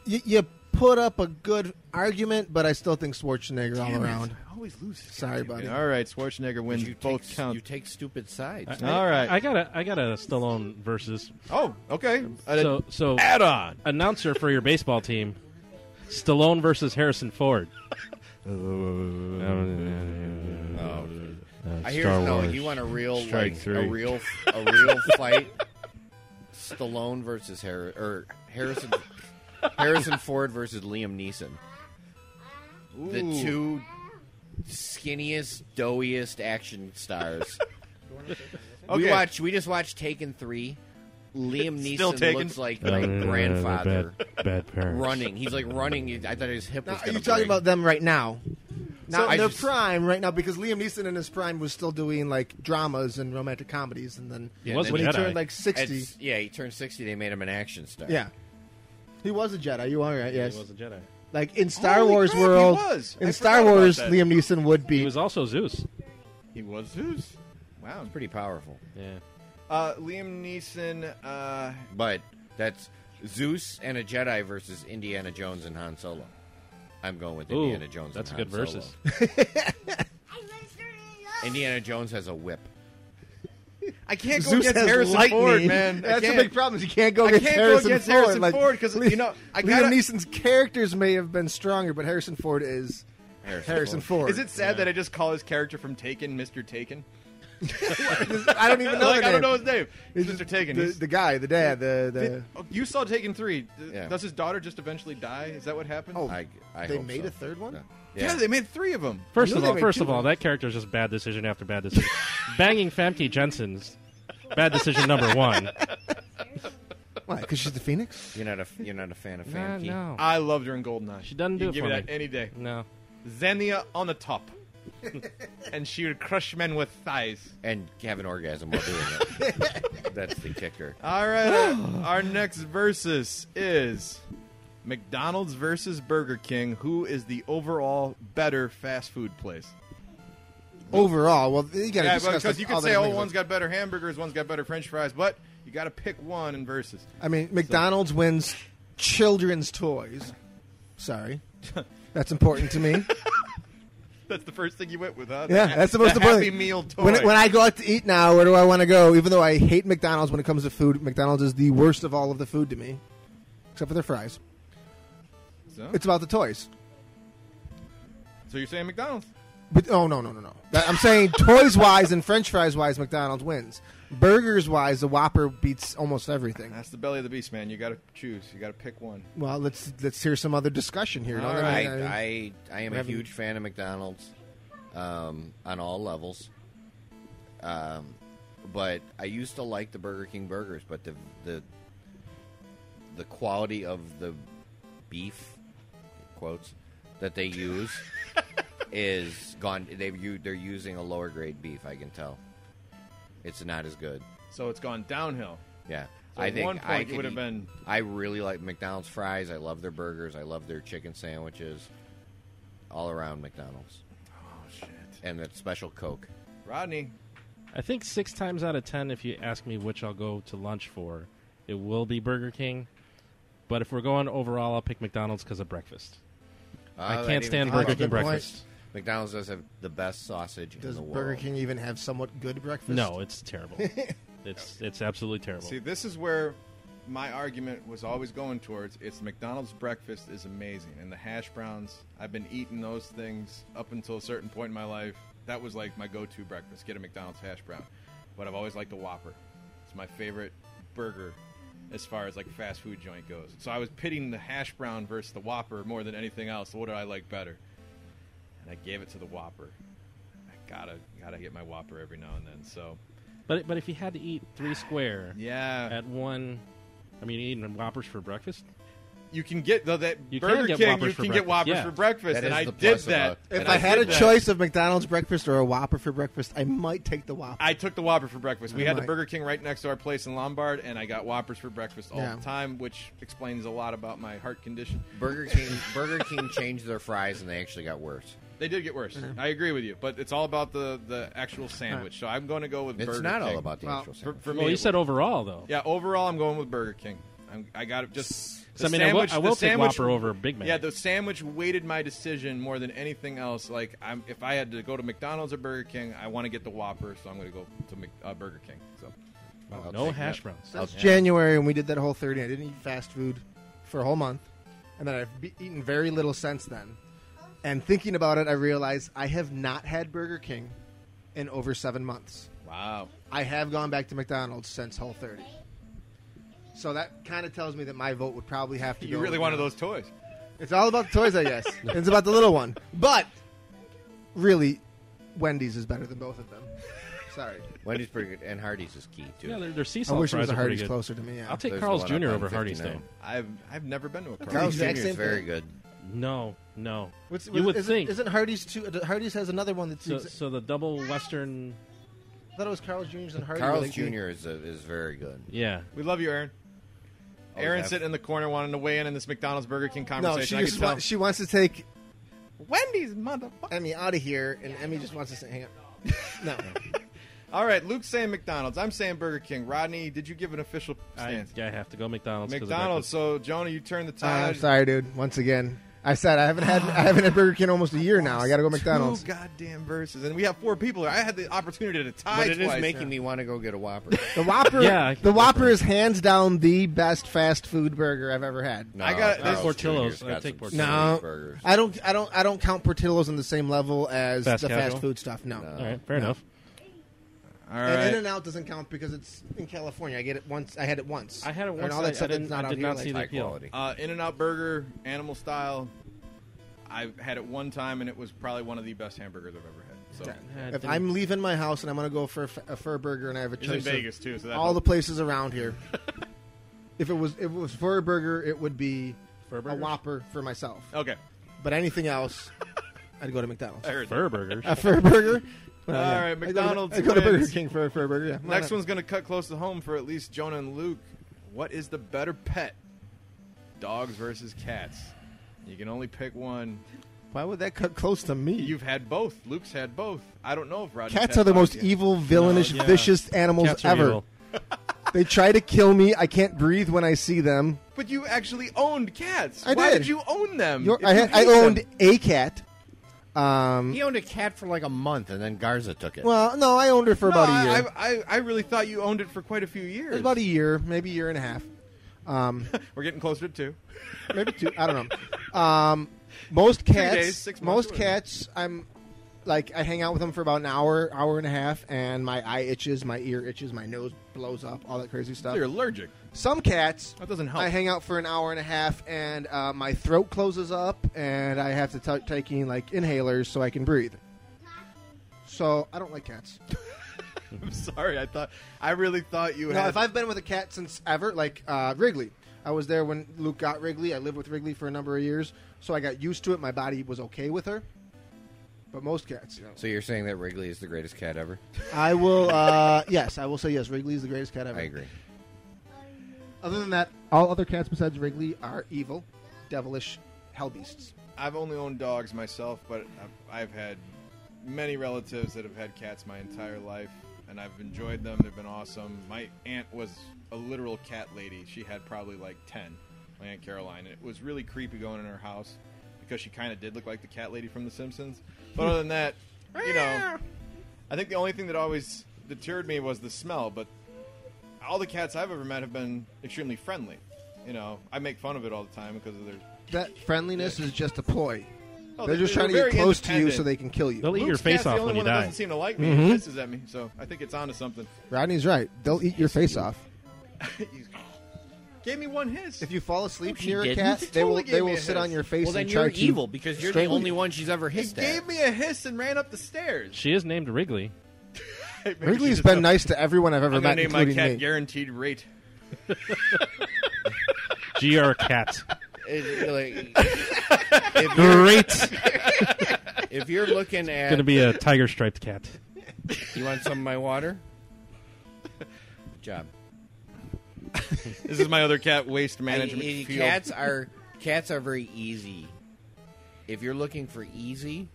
F: you, you put up a good argument, but I still think Schwarzenegger all around.
A: I always loses.
F: Sorry, buddy.
A: All right, Schwarzenegger wins
B: You take,
A: both
B: s-
A: counts.
B: you take stupid sides.
A: All right.
D: I got a I got a Stallone versus.
A: oh, okay.
D: So so
A: add on.
D: announcer for your baseball team. Stallone versus Harrison Ford.
B: I hear no. You want a real
D: Strike
B: like
D: three.
B: a real a real fight? Stallone versus Har- or Harrison Harrison Ford versus Liam Neeson. The
A: Ooh.
B: two skinniest, doughiest action stars. We
A: Okay.
B: watch. We just watched Taken Three. Liam
A: Still
B: Neeson
A: Taken?
B: looks like my grandfather
D: Oh, Bad, parents.
B: running. He's like running. I thought his hip
F: Now,
B: was.
F: are
B: gonna
F: you talking
B: break.
F: about them right now? Now
B: So I
F: in their
B: just-
F: prime right now because Liam Neeson in his prime was still doing like dramas and romantic comedies, and then
B: Yeah,
D: Was
B: and
F: when
D: a
B: then
F: he
D: Jedi.
F: turned like sixty,
B: it's- Yeah, he turned sixty. They made him an action star.
F: Yeah. He was a Jedi. You are right. Yes.
D: He was a Jedi.
F: Like in Star
A: Holy
F: Wars
A: crap, he
F: world,
A: was. I
F: in
A: forgot
F: Star
A: about
F: Wars,
A: that.
F: Liam Neeson would
D: He
F: be.
D: was also Zeus.
A: He He was Zeus. Wow.
B: Pretty powerful.
D: Yeah.
A: Uh, Liam Neeson. Uh,
B: But that's Zeus and a Jedi versus Indiana Jones and Han Solo. I'm going with
D: Ooh,
B: Indiana Jones.
D: That's a
B: and
D: good
B: Han Solo.
D: versus.
B: Indiana Jones has a whip.
A: I can't go
F: Zeus
A: against
F: has
A: Harrison
F: lightning.
A: Ford, man. I
F: That's the
A: can't.
F: big problem. Is you can't go
A: I
F: against
A: can't go
F: Harrison
A: against
F: Ford.
A: Harrison
F: Like,
A: Ford 'cause, you know, I
F: Liam
A: gotta-
F: Neeson's characters may have been stronger, but Harrison Ford is
B: Harrison
F: Harrison Ford.
A: Is it sad that I just call his character from Taken Mr. Taken?
F: I don't even know.
A: like
F: the
A: I don't
F: name.
A: know his name.
F: It's
A: Mr.
F: just
A: Taken.
F: The,
A: he's-
F: the guy, the dad, the, the
A: Did- oh, you saw Taken three. D-
B: Yeah.
A: Does his daughter just eventually die? Is that what happened?
F: Oh,
B: I, I
F: They
B: hope
F: made
B: so.
F: a third one?
B: Yeah.
A: yeah. They made three of them.
D: First
F: knew
D: of
F: they
D: all,
F: made
D: first
F: two
D: of all,
F: of
D: that character is just bad decision after bad decision. Banging Famke Jensen's bad decision number one.
F: why? Because she's the Phoenix.
B: You're not a you're not a fan of
D: Nah,
B: Famke.
D: no,
A: I loved her in Goldeneye.
D: She doesn't do
A: you
D: it
A: give
D: for
A: me
D: me.
A: that any day.
D: Ah, no.
A: Xenia on the top, and she would crush men with thighs.
B: And have an orgasm while doing it. That's the kicker.
A: All right, uh, our next versus is McDonald's versus Burger King. Who is the overall better fast food place?
F: Overall, well, you got to
A: Yeah, but
F: discuss
A: because
F: like,
A: you can
F: all the
A: say,
F: other
A: oh,
F: things,
A: one's
F: like-
A: got better hamburgers, one's got better French fries, but you got to pick one in versus.
F: I mean, McDonald's wins children's toys. Sorry, that's important to me.
A: That's the first thing you went with, huh?
F: Yeah,
A: The-
F: that's the most
A: the
F: important.
A: Happy Meal toy.
F: When, when I go out to eat now, where do I want to go? Even though I hate McDonald's when it comes to food, McDonald's is the worst of all of the food to me, except for their fries.
A: so,
F: It's about the toys.
A: so you're saying McDonald's?
F: But oh no no no no! That- I'm saying toys wise and French fries wise, McDonald's wins. Burgers wise, the Whopper beats almost everything.
A: That's the belly of the beast, man. You got to choose. You got to pick one.
F: Well, let's let's hear some other discussion here.
A: All
F: don't
B: I,
F: I mean, I mean,
B: I, I am a
F: having-
B: huge fan of McDonald's um, on all levels. Um, but I used to like the Burger King burgers, but the the the quality of the beef quotes that they use is gone. They they're using a lower grade beef. I can tell. It's not as good.
A: So it's gone downhill.
B: Yeah.
A: So
B: I
A: at
B: think
A: one
B: I
A: point it
B: could
A: would have
B: eat-
A: been-
B: I really like McDonald's fries. I love their burgers. I love their chicken sandwiches. All around McDonald's
A: Oh shit,
B: and that special Coke.
A: Rodney.
D: I think six times out of ten, if you ask me which I'll go to lunch for, it will be Burger King. But if we're going overall, I'll pick McDonald's because of breakfast.
A: Uh,
B: Ah,
D: I
B: that
D: can't
B: even
D: stand
B: came
D: Burger
B: up.
D: King
F: Good point.
D: breakfast.
B: McDonald's does have the best sausage in
F: does
B: the world.
F: Burger King even have somewhat good breakfast?
D: No, it's terrible. it's it's absolutely terrible.
A: See, this is where my argument was always going towards. It's McDonald's breakfast is amazing, and the hash browns. I've been eating those things up until a certain point in my life. That was like my go-to breakfast: get a McDonald's hash brown. But I've always liked the Whopper. It's my favorite burger as far as like fast food joint goes. So I was pitting the hash brown versus the Whopper more than anything else. What do I like better? And I gave it to the Whopper. I gotta gotta get my Whopper every now and then. So
D: But but if you had to eat three square
A: yeah,
D: at one, I mean, you're eating Whoppers for breakfast.
A: you can get though that
D: You can
A: Burger
D: get
A: King,
D: Whoppers
A: you
D: for
A: can get
D: breakfast,
A: Whoppers
D: yeah.
A: for breakfast,
B: That
A: and
B: is
A: I
B: the
A: did
B: plus
A: that.
B: about-
F: If
A: and
F: I, had a
A: did that.
F: choice of McDonald's breakfast or a Whopper for breakfast, I might take the Whopper.
A: I took the Whopper for breakfast. We
F: Oh
A: had the
F: my.
A: Burger King right next to our place in Lombard, and I got Whoppers for breakfast all
F: Yeah.
A: the time, which explains a lot about my heart condition.
B: Burger King Burger King changed their fries and they actually got worse.
A: They did get worse. I agree with you, but it's all about the the actual sandwich. So I'm going to go with
B: It's
A: Burger
B: not
A: King.
B: all about the
F: Well,
B: actual
A: for,
B: sandwich.
A: for me.
D: Well, you
A: it
D: said
A: was-
D: overall though.
A: yeah. Overall, I'm going with Burger King. I'm, I got it. Just
D: 'Cause, I mean, I will- I will take Whopper over Big Mac.
A: Yeah, the sandwich weighted my decision more than anything else. Like, I'm, if I had to go to McDonald's or Burger King, I want to get the Whopper, so I'm going to go to Mc, uh, Burger King. So, Oh,
B: I'll
D: no
B: take
D: hash
B: that.
D: browns.
F: That's January, and we did that whole 30. I didn't eat fast food for a whole month, and then I've be- eaten very little since then. And thinking about it, I realized I have not had Burger King in over seven months.
A: wow.
F: I have gone back to McDonald's since Whole 30. So that kind of tells me that my vote would probably have to
A: You
F: go.
A: really
F: with
A: wanted
F: that.
A: those toys.
F: It's all about the toys, I guess. it's about the little one. But really, Wendy's is better than both of them. Sorry.
B: Wendy's pretty good and Hardee's is key too.
D: Yeah, their, their sea
F: I
D: salt
F: wish it
D: fries
F: was a
D: are pretty
F: Hardee's
D: good.
F: closer to me. Yeah.
D: I'll take
B: There's
D: Carl's
B: the one
D: Jr.
B: up on
D: over Hardee's though.
B: 59.
A: I've I've never been to a Carl's.
B: Carl's Jr.
F: exact
B: is
F: same
B: very
F: thing.
B: good.
D: No, no.
F: What's,
D: you would
F: isn't,
D: think
F: Isn't Hardy's too? uh, Hardy's has another one that's.
D: so,
F: exa-
D: so. The double Western.
F: I thought it was Carl's Jr.'s and Hardy's.
B: Carl's Jr. is a, is very good.
D: Yeah,
A: We love you, Aaron.
B: Always
A: Aaron
B: have.
A: sitting in the corner wanting to weigh in in this McDonald's Burger King
F: No,
A: conversation.
F: she
A: I can
F: just
A: tell.
F: wa- she wants to take
A: Wendy's motherfucker.
F: Emmy out of here, and Emmy just wants to say, "Hang on."
C: No.
A: All right, Luke's saying McDonald's. I'm saying Burger King. Rodney, did you give an official
D: I,
A: stance?
D: yeah, I have to go McDonald's. 'cause of
A: McDonald's. So Jonah, you turned the
F: Uh,
A: tide.
F: I'm sorry, dude. Once again, I said I haven't had I haven't had Burger King in almost a year now. I got to go McDonald's.
A: Two goddamn verses, and we have four people here. I had the opportunity to tie
B: But it
A: twice.
B: is making me want to go get a Whopper.
F: The Whopper,
D: Yeah.
F: the Whopper is hands down the best fast food burger I've ever had.
B: No,
A: I got-
B: Carl's
A: there's-
D: Portillo's.
B: Jr.'s got
D: I take
B: some
D: Portillo's.
B: serious
F: No,
B: burgers.
F: I don't. I don't. I don't count Portillo's on the same level as
D: Fast
F: the
D: casual?
F: fast food stuff. No,
D: All right, fair enough.
A: All
F: and
A: right.
F: In and Out doesn't count because it's in California. I get it once. I had it once.
D: I had it
F: And
D: once.
F: all
D: I,
F: that
D: I
F: stuff that's
D: didn't,
F: not
D: I
F: on
D: did
F: here,
D: not
F: like-
D: see the
B: High
D: appeal.
B: quality.
A: Uh, In and Out Burger, animal style. I've had it one time, and it was probably one of the best hamburgers I've ever had. So
D: Yeah, I
F: If
D: didn't-
F: I'm leaving my house and I'm going to go for a, f- a fur burger and I have a
A: it's
F: choice
A: in
F: of
A: Vegas too, so that
F: all the places around here, if it was if it was fur burger, it would be
D: Fur
F: a
D: burgers?
F: Whopper for myself.
A: the okay.
F: But anything else, I'd go to McDonald's.
A: I heard that.
D: Fur burgers.
F: A fur burger. Well,
A: All
F: yeah.
A: right,
F: I'd go to-
A: McDonald's
F: I'd go to Burger
A: wins.
F: King for a fur burger. Yeah. why
A: Next
F: not?
A: one's going to cut close to home for at least Jonah and Luke. What is the better pet? Dogs versus cats. You can only pick one.
F: Why would that cut close to me?
A: You've had both. Luke's had both. I don't know if Roger.
F: Cats
A: had
F: are the
A: dogs
F: most
A: yet.
F: evil, villainous,
D: No, yeah.
F: vicious animals
D: Cats are
F: ever.
D: evil.
F: They try to kill me. I can't breathe when I see them.
A: But you actually owned cats.
F: I
A: Why
F: did.
A: you own them?
F: You're-
A: If
F: I,
A: you
F: had, I
A: hate them-
F: owned a cat. Um,
B: He owned a cat for like a month, and then Garza took it.
F: well, no, I owned her for
A: No,
F: about a year.
A: I, I, I- I really thought you owned it for quite a few
F: it was
A: years.
F: about a year, maybe a year and a half, um,
A: We're getting closer to two.
F: maybe two. I don't know. Um, most cats,
A: days, six months,
F: most
A: whatever.
F: cats, I'm like I hang out with them for about an hour, hour and a half, and my eye itches, my ear itches, my nose blows up, all that crazy stuff.
A: You're allergic.
F: Some cats,
A: That doesn't help.
F: I hang out for an hour and a half, and uh, my throat closes up, and I have to t- take in like inhalers so I can breathe. So I don't like cats.
A: I'm sorry. I thought I really thought you
F: No,
A: had.
F: if I've been with a cat since ever, like uh, Wrigley, I was there when Luke got Wrigley. I lived with Wrigley for a number of years, so I got used to it. My body was okay with her. But most cats, you know.
B: So you're saying that Wrigley is the greatest cat ever?
F: I will. Uh, yes, I will say yes. Wrigley is the greatest cat ever.
B: I agree.
F: Other than that, all other cats besides Wrigley are evil, devilish hell beasts.
A: I've only owned dogs myself, but I've, I've had many relatives that have had cats my entire life, and I've enjoyed them. They've been awesome. My aunt was a literal cat lady. She had probably like 10, my Aunt Caroline. It was really creepy going in her house because she kind of did look like the cat lady from The Simpsons. But other than that, you know, I think the only thing that always deterred me was the smell, but all the cats I've ever met have been extremely friendly. You know, I make fun of it all the time because of their.
F: That friendliness is just a ploy.
A: Oh,
F: They're just trying to
A: very
F: get close to you
A: independent.
F: so they can kill you.
D: They'll eat your
A: Luke's
D: face
A: cat's
D: off
A: the only
D: when you
A: one that
D: die.
A: doesn't seem to like me. He pisses at me, so I think it's onto something.
F: Rodney's right. They'll eat your face off.
A: He's- Gave me one hiss.
F: If you fall asleep
B: she
F: near a
B: didn't.
F: cat,
B: She
F: they
A: totally
F: will
A: gave
F: they
A: me
F: will
A: a
F: sit
A: hiss.
F: on your face
B: Well, then
F: and try
B: you're
F: to
B: evil because you're the
F: strangle
B: only
F: you.
B: one she's ever
A: he
B: hissed
A: gave
B: at.
A: me a hiss and ran up the stairs.
D: She is named Wrigley.
A: Maybe she
F: Wrigley's
A: just
F: been
A: knows.
F: nice to everyone I've ever
A: I'm
F: met,
A: gonna name my
F: including
A: cat
F: me.
A: guaranteed rate.
D: GR Cat.
B: It- like, if, you're,
D: Great.
B: if you're looking at,
D: Going to be a tiger striped cat.
B: you want some of my water? Good job.
A: This is my other cat, waste
B: I-
A: management.
B: I-
A: field.
B: cats are cats are very easy. If you're looking for easy,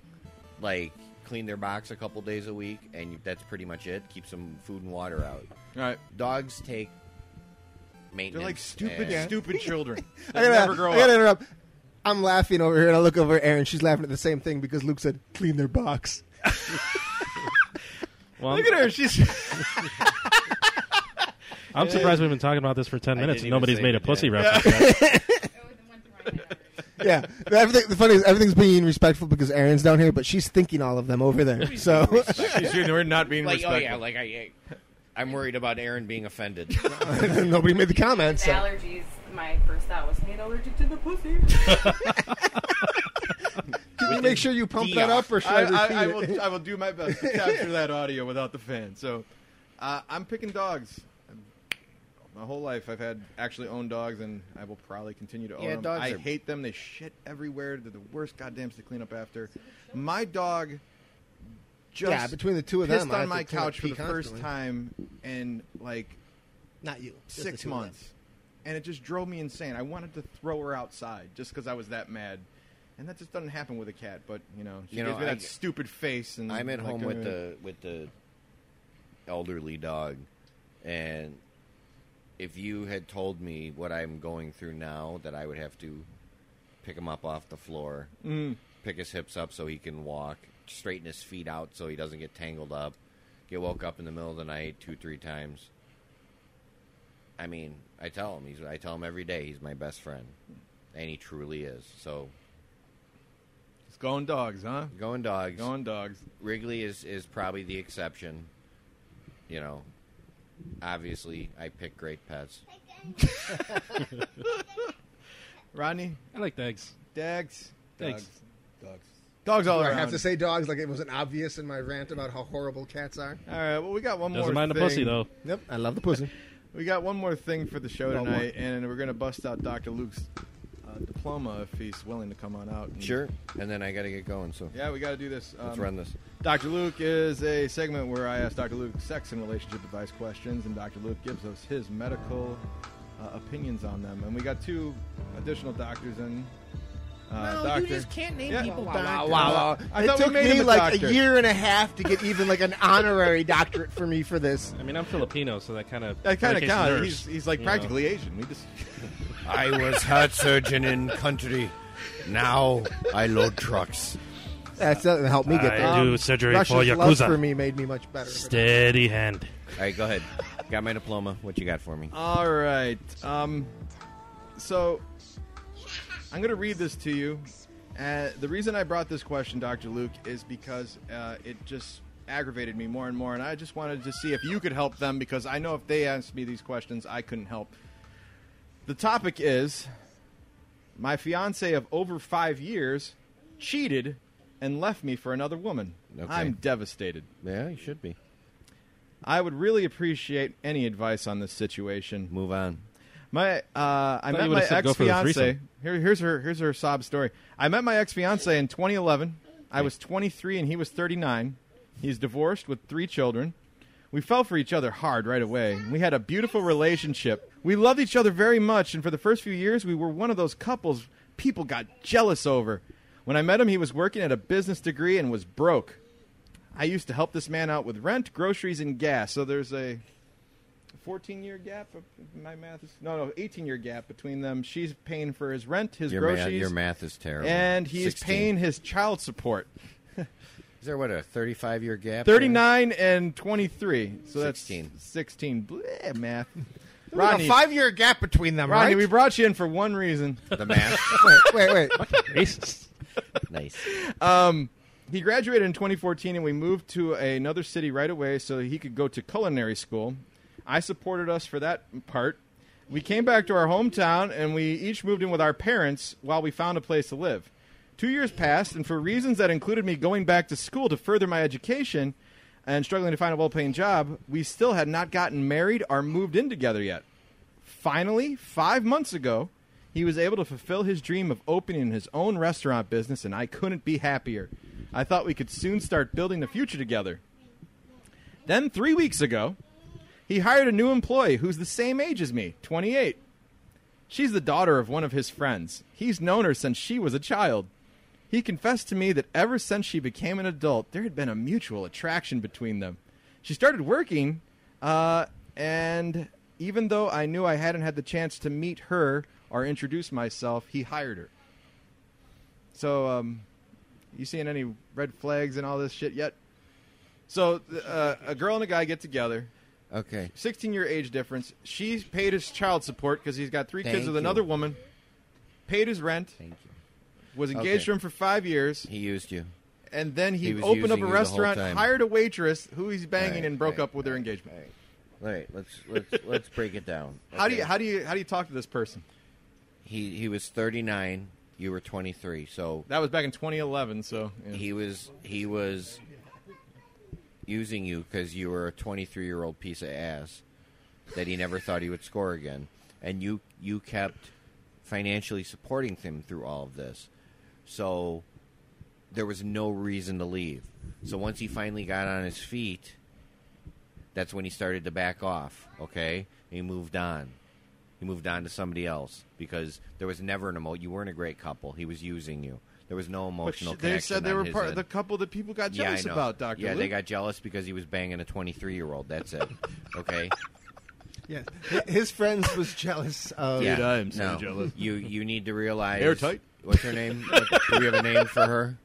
B: like clean their box a couple days a week, and that's pretty much it. Keep some food and water out.
A: All right.
B: Dogs take maintenance.
A: They're like stupid,
B: and-
A: stupid children. They
F: I gotta,
A: never grow
F: I gotta
A: up.
F: interrupt. I'm laughing over here, and I look over at Erin. She's laughing at the same thing because Luke said, "Clean their box."
D: Well,
A: Look at her. She's
D: I'm surprised we've been talking about this for 10
B: I
D: minutes
B: didn't
D: and
B: even
D: nobody's
B: say
D: made a
B: it,
D: pussy
B: yeah.
D: reference.
F: yeah, Everything- the funny is everything's being respectful because Erin's down here, but she's thinking all of them over there. So
A: she's here. We're not being
B: like oh
A: respectful.
B: yeah, like I, I I'm worried about Aaron being offended.
F: nobody made the comments. so-
H: Allergies. My first thought was, "Hey, allergic to the pussy."
F: Can you make sure you pump
B: Dion.
F: that up, or should
A: I,
F: I,
A: I, I
F: repeat it?
A: will. I will do my best to capture that audio without the fan. So, uh, I'm picking dogs. My whole life, I've had actually owned dogs, and I will probably continue to own
B: Yeah,
A: them.
B: dogs
A: I
B: are-
A: hate them. They shit everywhere. They're the worst goddamns to clean up after. My dog just
F: Yeah, between the two of them,
A: pissed
F: I
A: on
F: have to
A: my
F: clean up
A: couch for
F: pee
A: the first
F: constantly.
A: time in like
F: Not you. just the
A: six
F: two of them.
A: months, and it just drove me insane. I wanted to throw her outside just because I was that mad. And that just doesn't happen with a cat, but you know, she
B: You know,
A: gives me
B: I
A: that
B: g-
A: stupid face. And
B: I'm at
A: like,
B: home
A: uh,
B: with the with the elderly dog, and if you had told me what I'm going through now, that I would have to pick him up off the floor,
A: Mm.
B: pick his hips up so he can walk, straighten his feet out so he doesn't get tangled up, get woke up in the middle of the night two three times. I mean, I tell him he's I tell him every day he's my best friend, and he truly is. So
A: It's going dogs, huh?
B: going dogs,
A: Going dogs.
B: Wrigley is is probably the exception. You know, obviously, I pick great pets.
A: Rodney,
D: I like eggs.
A: Dags,
D: Thanks.
A: dogs, dogs all
F: I
A: around.
F: have to say dogs like it wasn't obvious in my rant about how horrible cats are.
A: All right, well, we got one more.
D: Doesn't mind
A: thing.
D: the pussy though.
F: Nope, I love the pussy.
A: We got one more thing for the show
F: One
A: tonight, and we're gonna bust out Dr. Luke's uh, diploma if he's willing to come on out. and-
B: Sure. And then I got to get going, so
A: Yeah, we got to do this. Um,
B: let's run this.
A: Dr. Luke is a segment where I ask Dr. Luke sex and relationship advice questions, and Dr. Luke gives us his medical uh, opinions on them. And we got two additional doctors in. Uh, no, doctor. you just can't name people. Wow,
F: Wow, wow.
A: I
F: it
A: thought we
F: took
A: made him
F: me
A: a
F: like
A: doctor.
F: a year and a half to get even like an honorary doctorate for me for this.
D: I mean, I'm Filipino, so that kind of
A: That kind of
D: medication
A: counts.
D: nerves,
A: He's, he's like
D: you know.
A: practically Asian. We just
B: I was heart surgeon in country. Now I load trucks.
F: That's that helped me get
I: I
F: there.
I: do surgery
F: Russia's
I: for
F: love
I: Yakuza.
F: for me made me much better.
I: Steady hand.
B: All right, go ahead. Got my diploma. What you got for me?
A: All right. Um, so I'm going to read this to you. Uh, the reason I brought this question, Dr. Luke, is because uh, it just aggravated me more and more, and I just wanted to see if you could help them because I know if they asked me these questions, I couldn't help. The topic is my fiance of over five years cheated and left me for another woman.
B: Okay.
A: I'm devastated.
B: Yeah, you should be.
A: I would really appreciate any advice on this situation.
B: Move on.
A: My uh, I met
D: you
A: my
D: would've said
A: ex
D: go for the
A: fiance.
D: threesome.
A: Here, here's her here's her sob story. I met my ex fiance in 2011. I was 23 and he was 39. He's divorced with three children. We fell for each other hard right away. We had a beautiful relationship. We loved each other very much, and for the first few years, we were one of those couples people got jealous over. When I met him, he was working at a business degree and was broke. I used to help this man out with rent, groceries, and gas. So there's a 14 year gap. uh, My math is no, no, 18 year gap between them. She's paying for his rent, his
B: Your, ma-
A: groceries,
B: your math is terrible.
A: and he's
B: 16.
A: paying his child support.
B: Is there what a 35 year gap? there?
A: 39 and 23. So that's
B: 16.
A: 16. Bleh, math.
F: a
A: Rodney,
F: five year gap between them,
A: Rodney,
F: right?
A: we brought you in for one reason.
B: The math.
F: wait, wait.
D: racist.
B: nice.
A: He graduated in 2014, and we moved to another city right away so he could go to culinary school. I supported us for that part. We came back to our hometown, and we each moved in with our parents while we found a place to live. Two years passed, and for reasons that included me going back to school to further my education and struggling to find a well paying job, we still had not gotten married or moved in together yet. Finally, five months ago, he was able to fulfill his dream of opening his own restaurant business, and I couldn't be happier. I thought we could soon start building the future together. Then, three weeks ago, he hired a new employee who's the same age as me, 28. She's the daughter of one of his friends. He's known her since she was a child. He confessed to me that ever since she became an adult, there had been a mutual attraction between them. She started working, uh, and even though I knew I hadn't had the chance to meet her or introduce myself, he hired her. So, um, you seeing any red flags and all this shit yet? So, uh, a girl and a guy get together.
B: Okay.
A: 16 year age difference. She paid his child support because he's got three kids
B: Thank
A: with
B: you.
A: another woman. Paid his rent.
B: Thank you.
A: Was engaged
B: Okay.
A: to him for five years,
B: He used you.
A: and then he,
B: He was
A: opened up
B: using
A: a
B: you the whole
A: restaurant,
B: time.
A: hired a waitress who he's banging,
B: Right,
A: and broke
B: right,
A: up with her
B: right,
A: engagement.
B: All right, let's let's let's break it down.
A: How do you
B: Okay.
A: how do you how do you talk to this person?
B: he he was 39 you were 23 so
A: That was back in 2011, so yeah.
B: he was he was using you because you were a 23 year old piece of ass that he never thought he would score again and you you kept financially supporting him through all of this so there was no reason to leave so once he finally got on his feet that's when he started to back off okay he moved on he moved on to somebody else because there was never an emo You weren't a great couple. He was using you. There was no
A: But
B: emotional
A: sh- they
B: connection
A: said they
B: on
A: were
B: his
A: part of
B: end.
A: the couple that people got
B: yeah, I
A: jealous
B: know.
A: about, Doctor.
B: Yeah, they got jealous because he was banging a 23 year old. That's it. Okay.
F: Yes. His friends was jealous of.
B: yeah.
A: Oh, I am so
B: no.
A: jealous.
B: You you need to realize.
A: Airtight?
B: What's her name? What- do we have a name for her?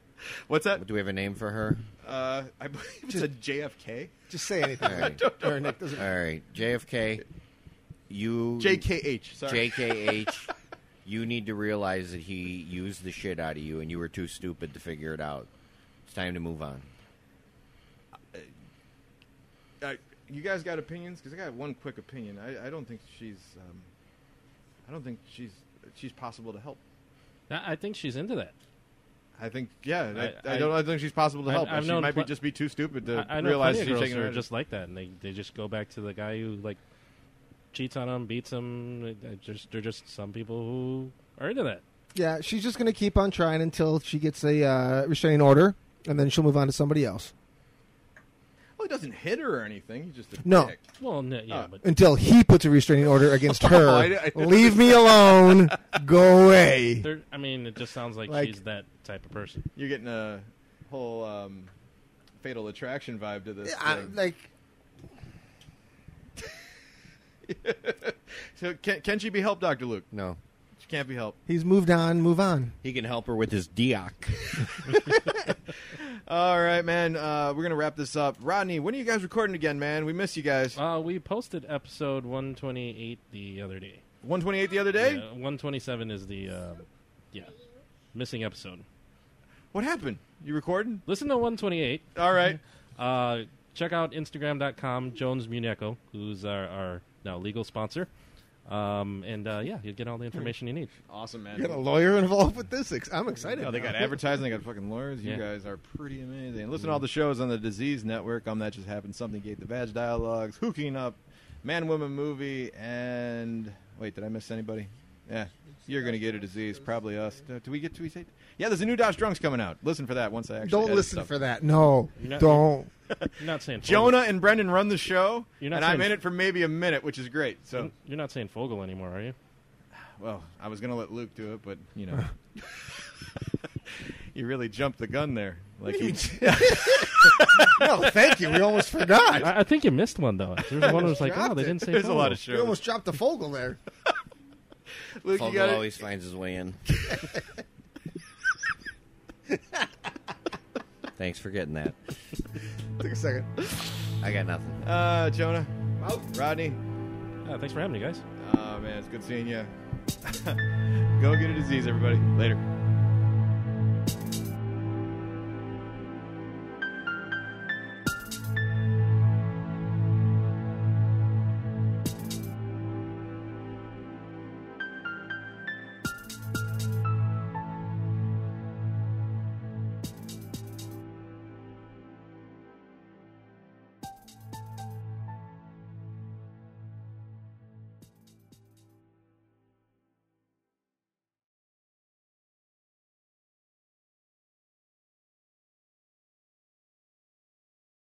A: What's that?
B: Do we have a name for her?
A: Uh, I believe it's a JFK,
F: Just say anything.
B: All right.
F: Or Nick doesn't-
B: All right. JFK. You.
A: JKH. Sorry,
B: JKH, you need to realize that he used the shit out of you, and you were too stupid to figure it out. It's time to move on.
A: Uh, you guys got opinions? Because I got one quick opinion. I, I don't think she's. Um, I don't think she's she's possible to help.
D: I I think she's into that.
A: I think yeah. I, I,
D: I-
A: don't. I think she's possible to
D: I-
A: help.
D: I've
A: she
D: known
A: might be
D: pl-
A: just be too stupid to
D: I, I know
A: realize
D: plenty
A: she's
D: of girls
A: taking
D: who
A: her.
D: are just like that, and they, they just go back to the guy who like cheats on them, beats them. Just they're just some people who are into that.
F: Yeah, she's just going to keep on trying until she gets a uh, restraining order, and then she'll move on to somebody else.
A: well, he doesn't hit her or anything. He's just a
F: No.
A: dick.
D: Well, no, yeah,
A: Oh.
D: but
F: Until he puts a restraining order against her.
A: I di- I didn't-
F: Leave me alone. Go away.
D: they're, I mean, it just sounds like,
F: Like-
D: she's that type of person.
A: You're getting a whole um, fatal attraction vibe to this.
F: I,
A: thing.
F: like,
A: so can, can she be helped, Doctor Luke?
B: No.
A: She can't be helped.
F: he's moved on. Move on.
B: He can help her with his dioc.
A: All right, man. Uh, we're gonna wrap this up. Rodney, when are you guys recording again, man? We miss you guys.
D: Uh, we posted episode 128 the other day.
A: One twenty eight the other day.
D: Yeah, 127 is the um, yeah missing episode.
A: What happened? You recording?
D: Listen to 128.
A: All right.
D: Uh, check out Instagram.com Jones Muneco, who's our, our now legal sponsor. Um, and uh, yeah, you'll get all the information you need.
A: Awesome, man.
F: Got a lawyer involved with this. Ex- I'm excited.
A: Oh, they
F: now.
A: got advertising. They got fucking lawyers. You
D: Yeah.
A: guys are pretty amazing. Listen to all the shows on the Disease Network. Um, that just happened. Something Gate, the Badge Dialogues, Hooking Up, Man Woman Movie, and wait, did I miss anybody? Yeah, you're gonna get a disease. Probably us. Do, do we get to we say? Yeah, there's a new Dodge Drunks coming out. Listen for that once I actually
F: Don't
A: edit
F: listen
A: stuff.
F: for that. No.
D: not-
F: Don't.
D: You're not saying Fogel-
A: Jonah and Brendan run the show,
D: You're not
A: and I'm
D: saying-
A: in it for maybe a minute, which is great. So,
D: You're not saying Fogel anymore, are you?
A: well, I was gonna let Luke do it, but you know, you really jumped the gun there. Like he,
F: no, thank you. We almost forgot.
D: I, I think you missed one though. There's one who was like, oh, they didn't say.
A: there's a lot
D: Fogel."
A: of
F: We
A: shows.
F: almost dropped the Fogel there.
A: Luke, you
B: Fogel
A: got it?
B: always finds his way in. Thanks for getting that.
F: Take a second.
B: I got nothing.
A: Uh, Jonah. Rodney.
D: Uh, thanks for having me, guys.
A: Oh, man, it's good seeing you. Go get a disease, everybody. Later.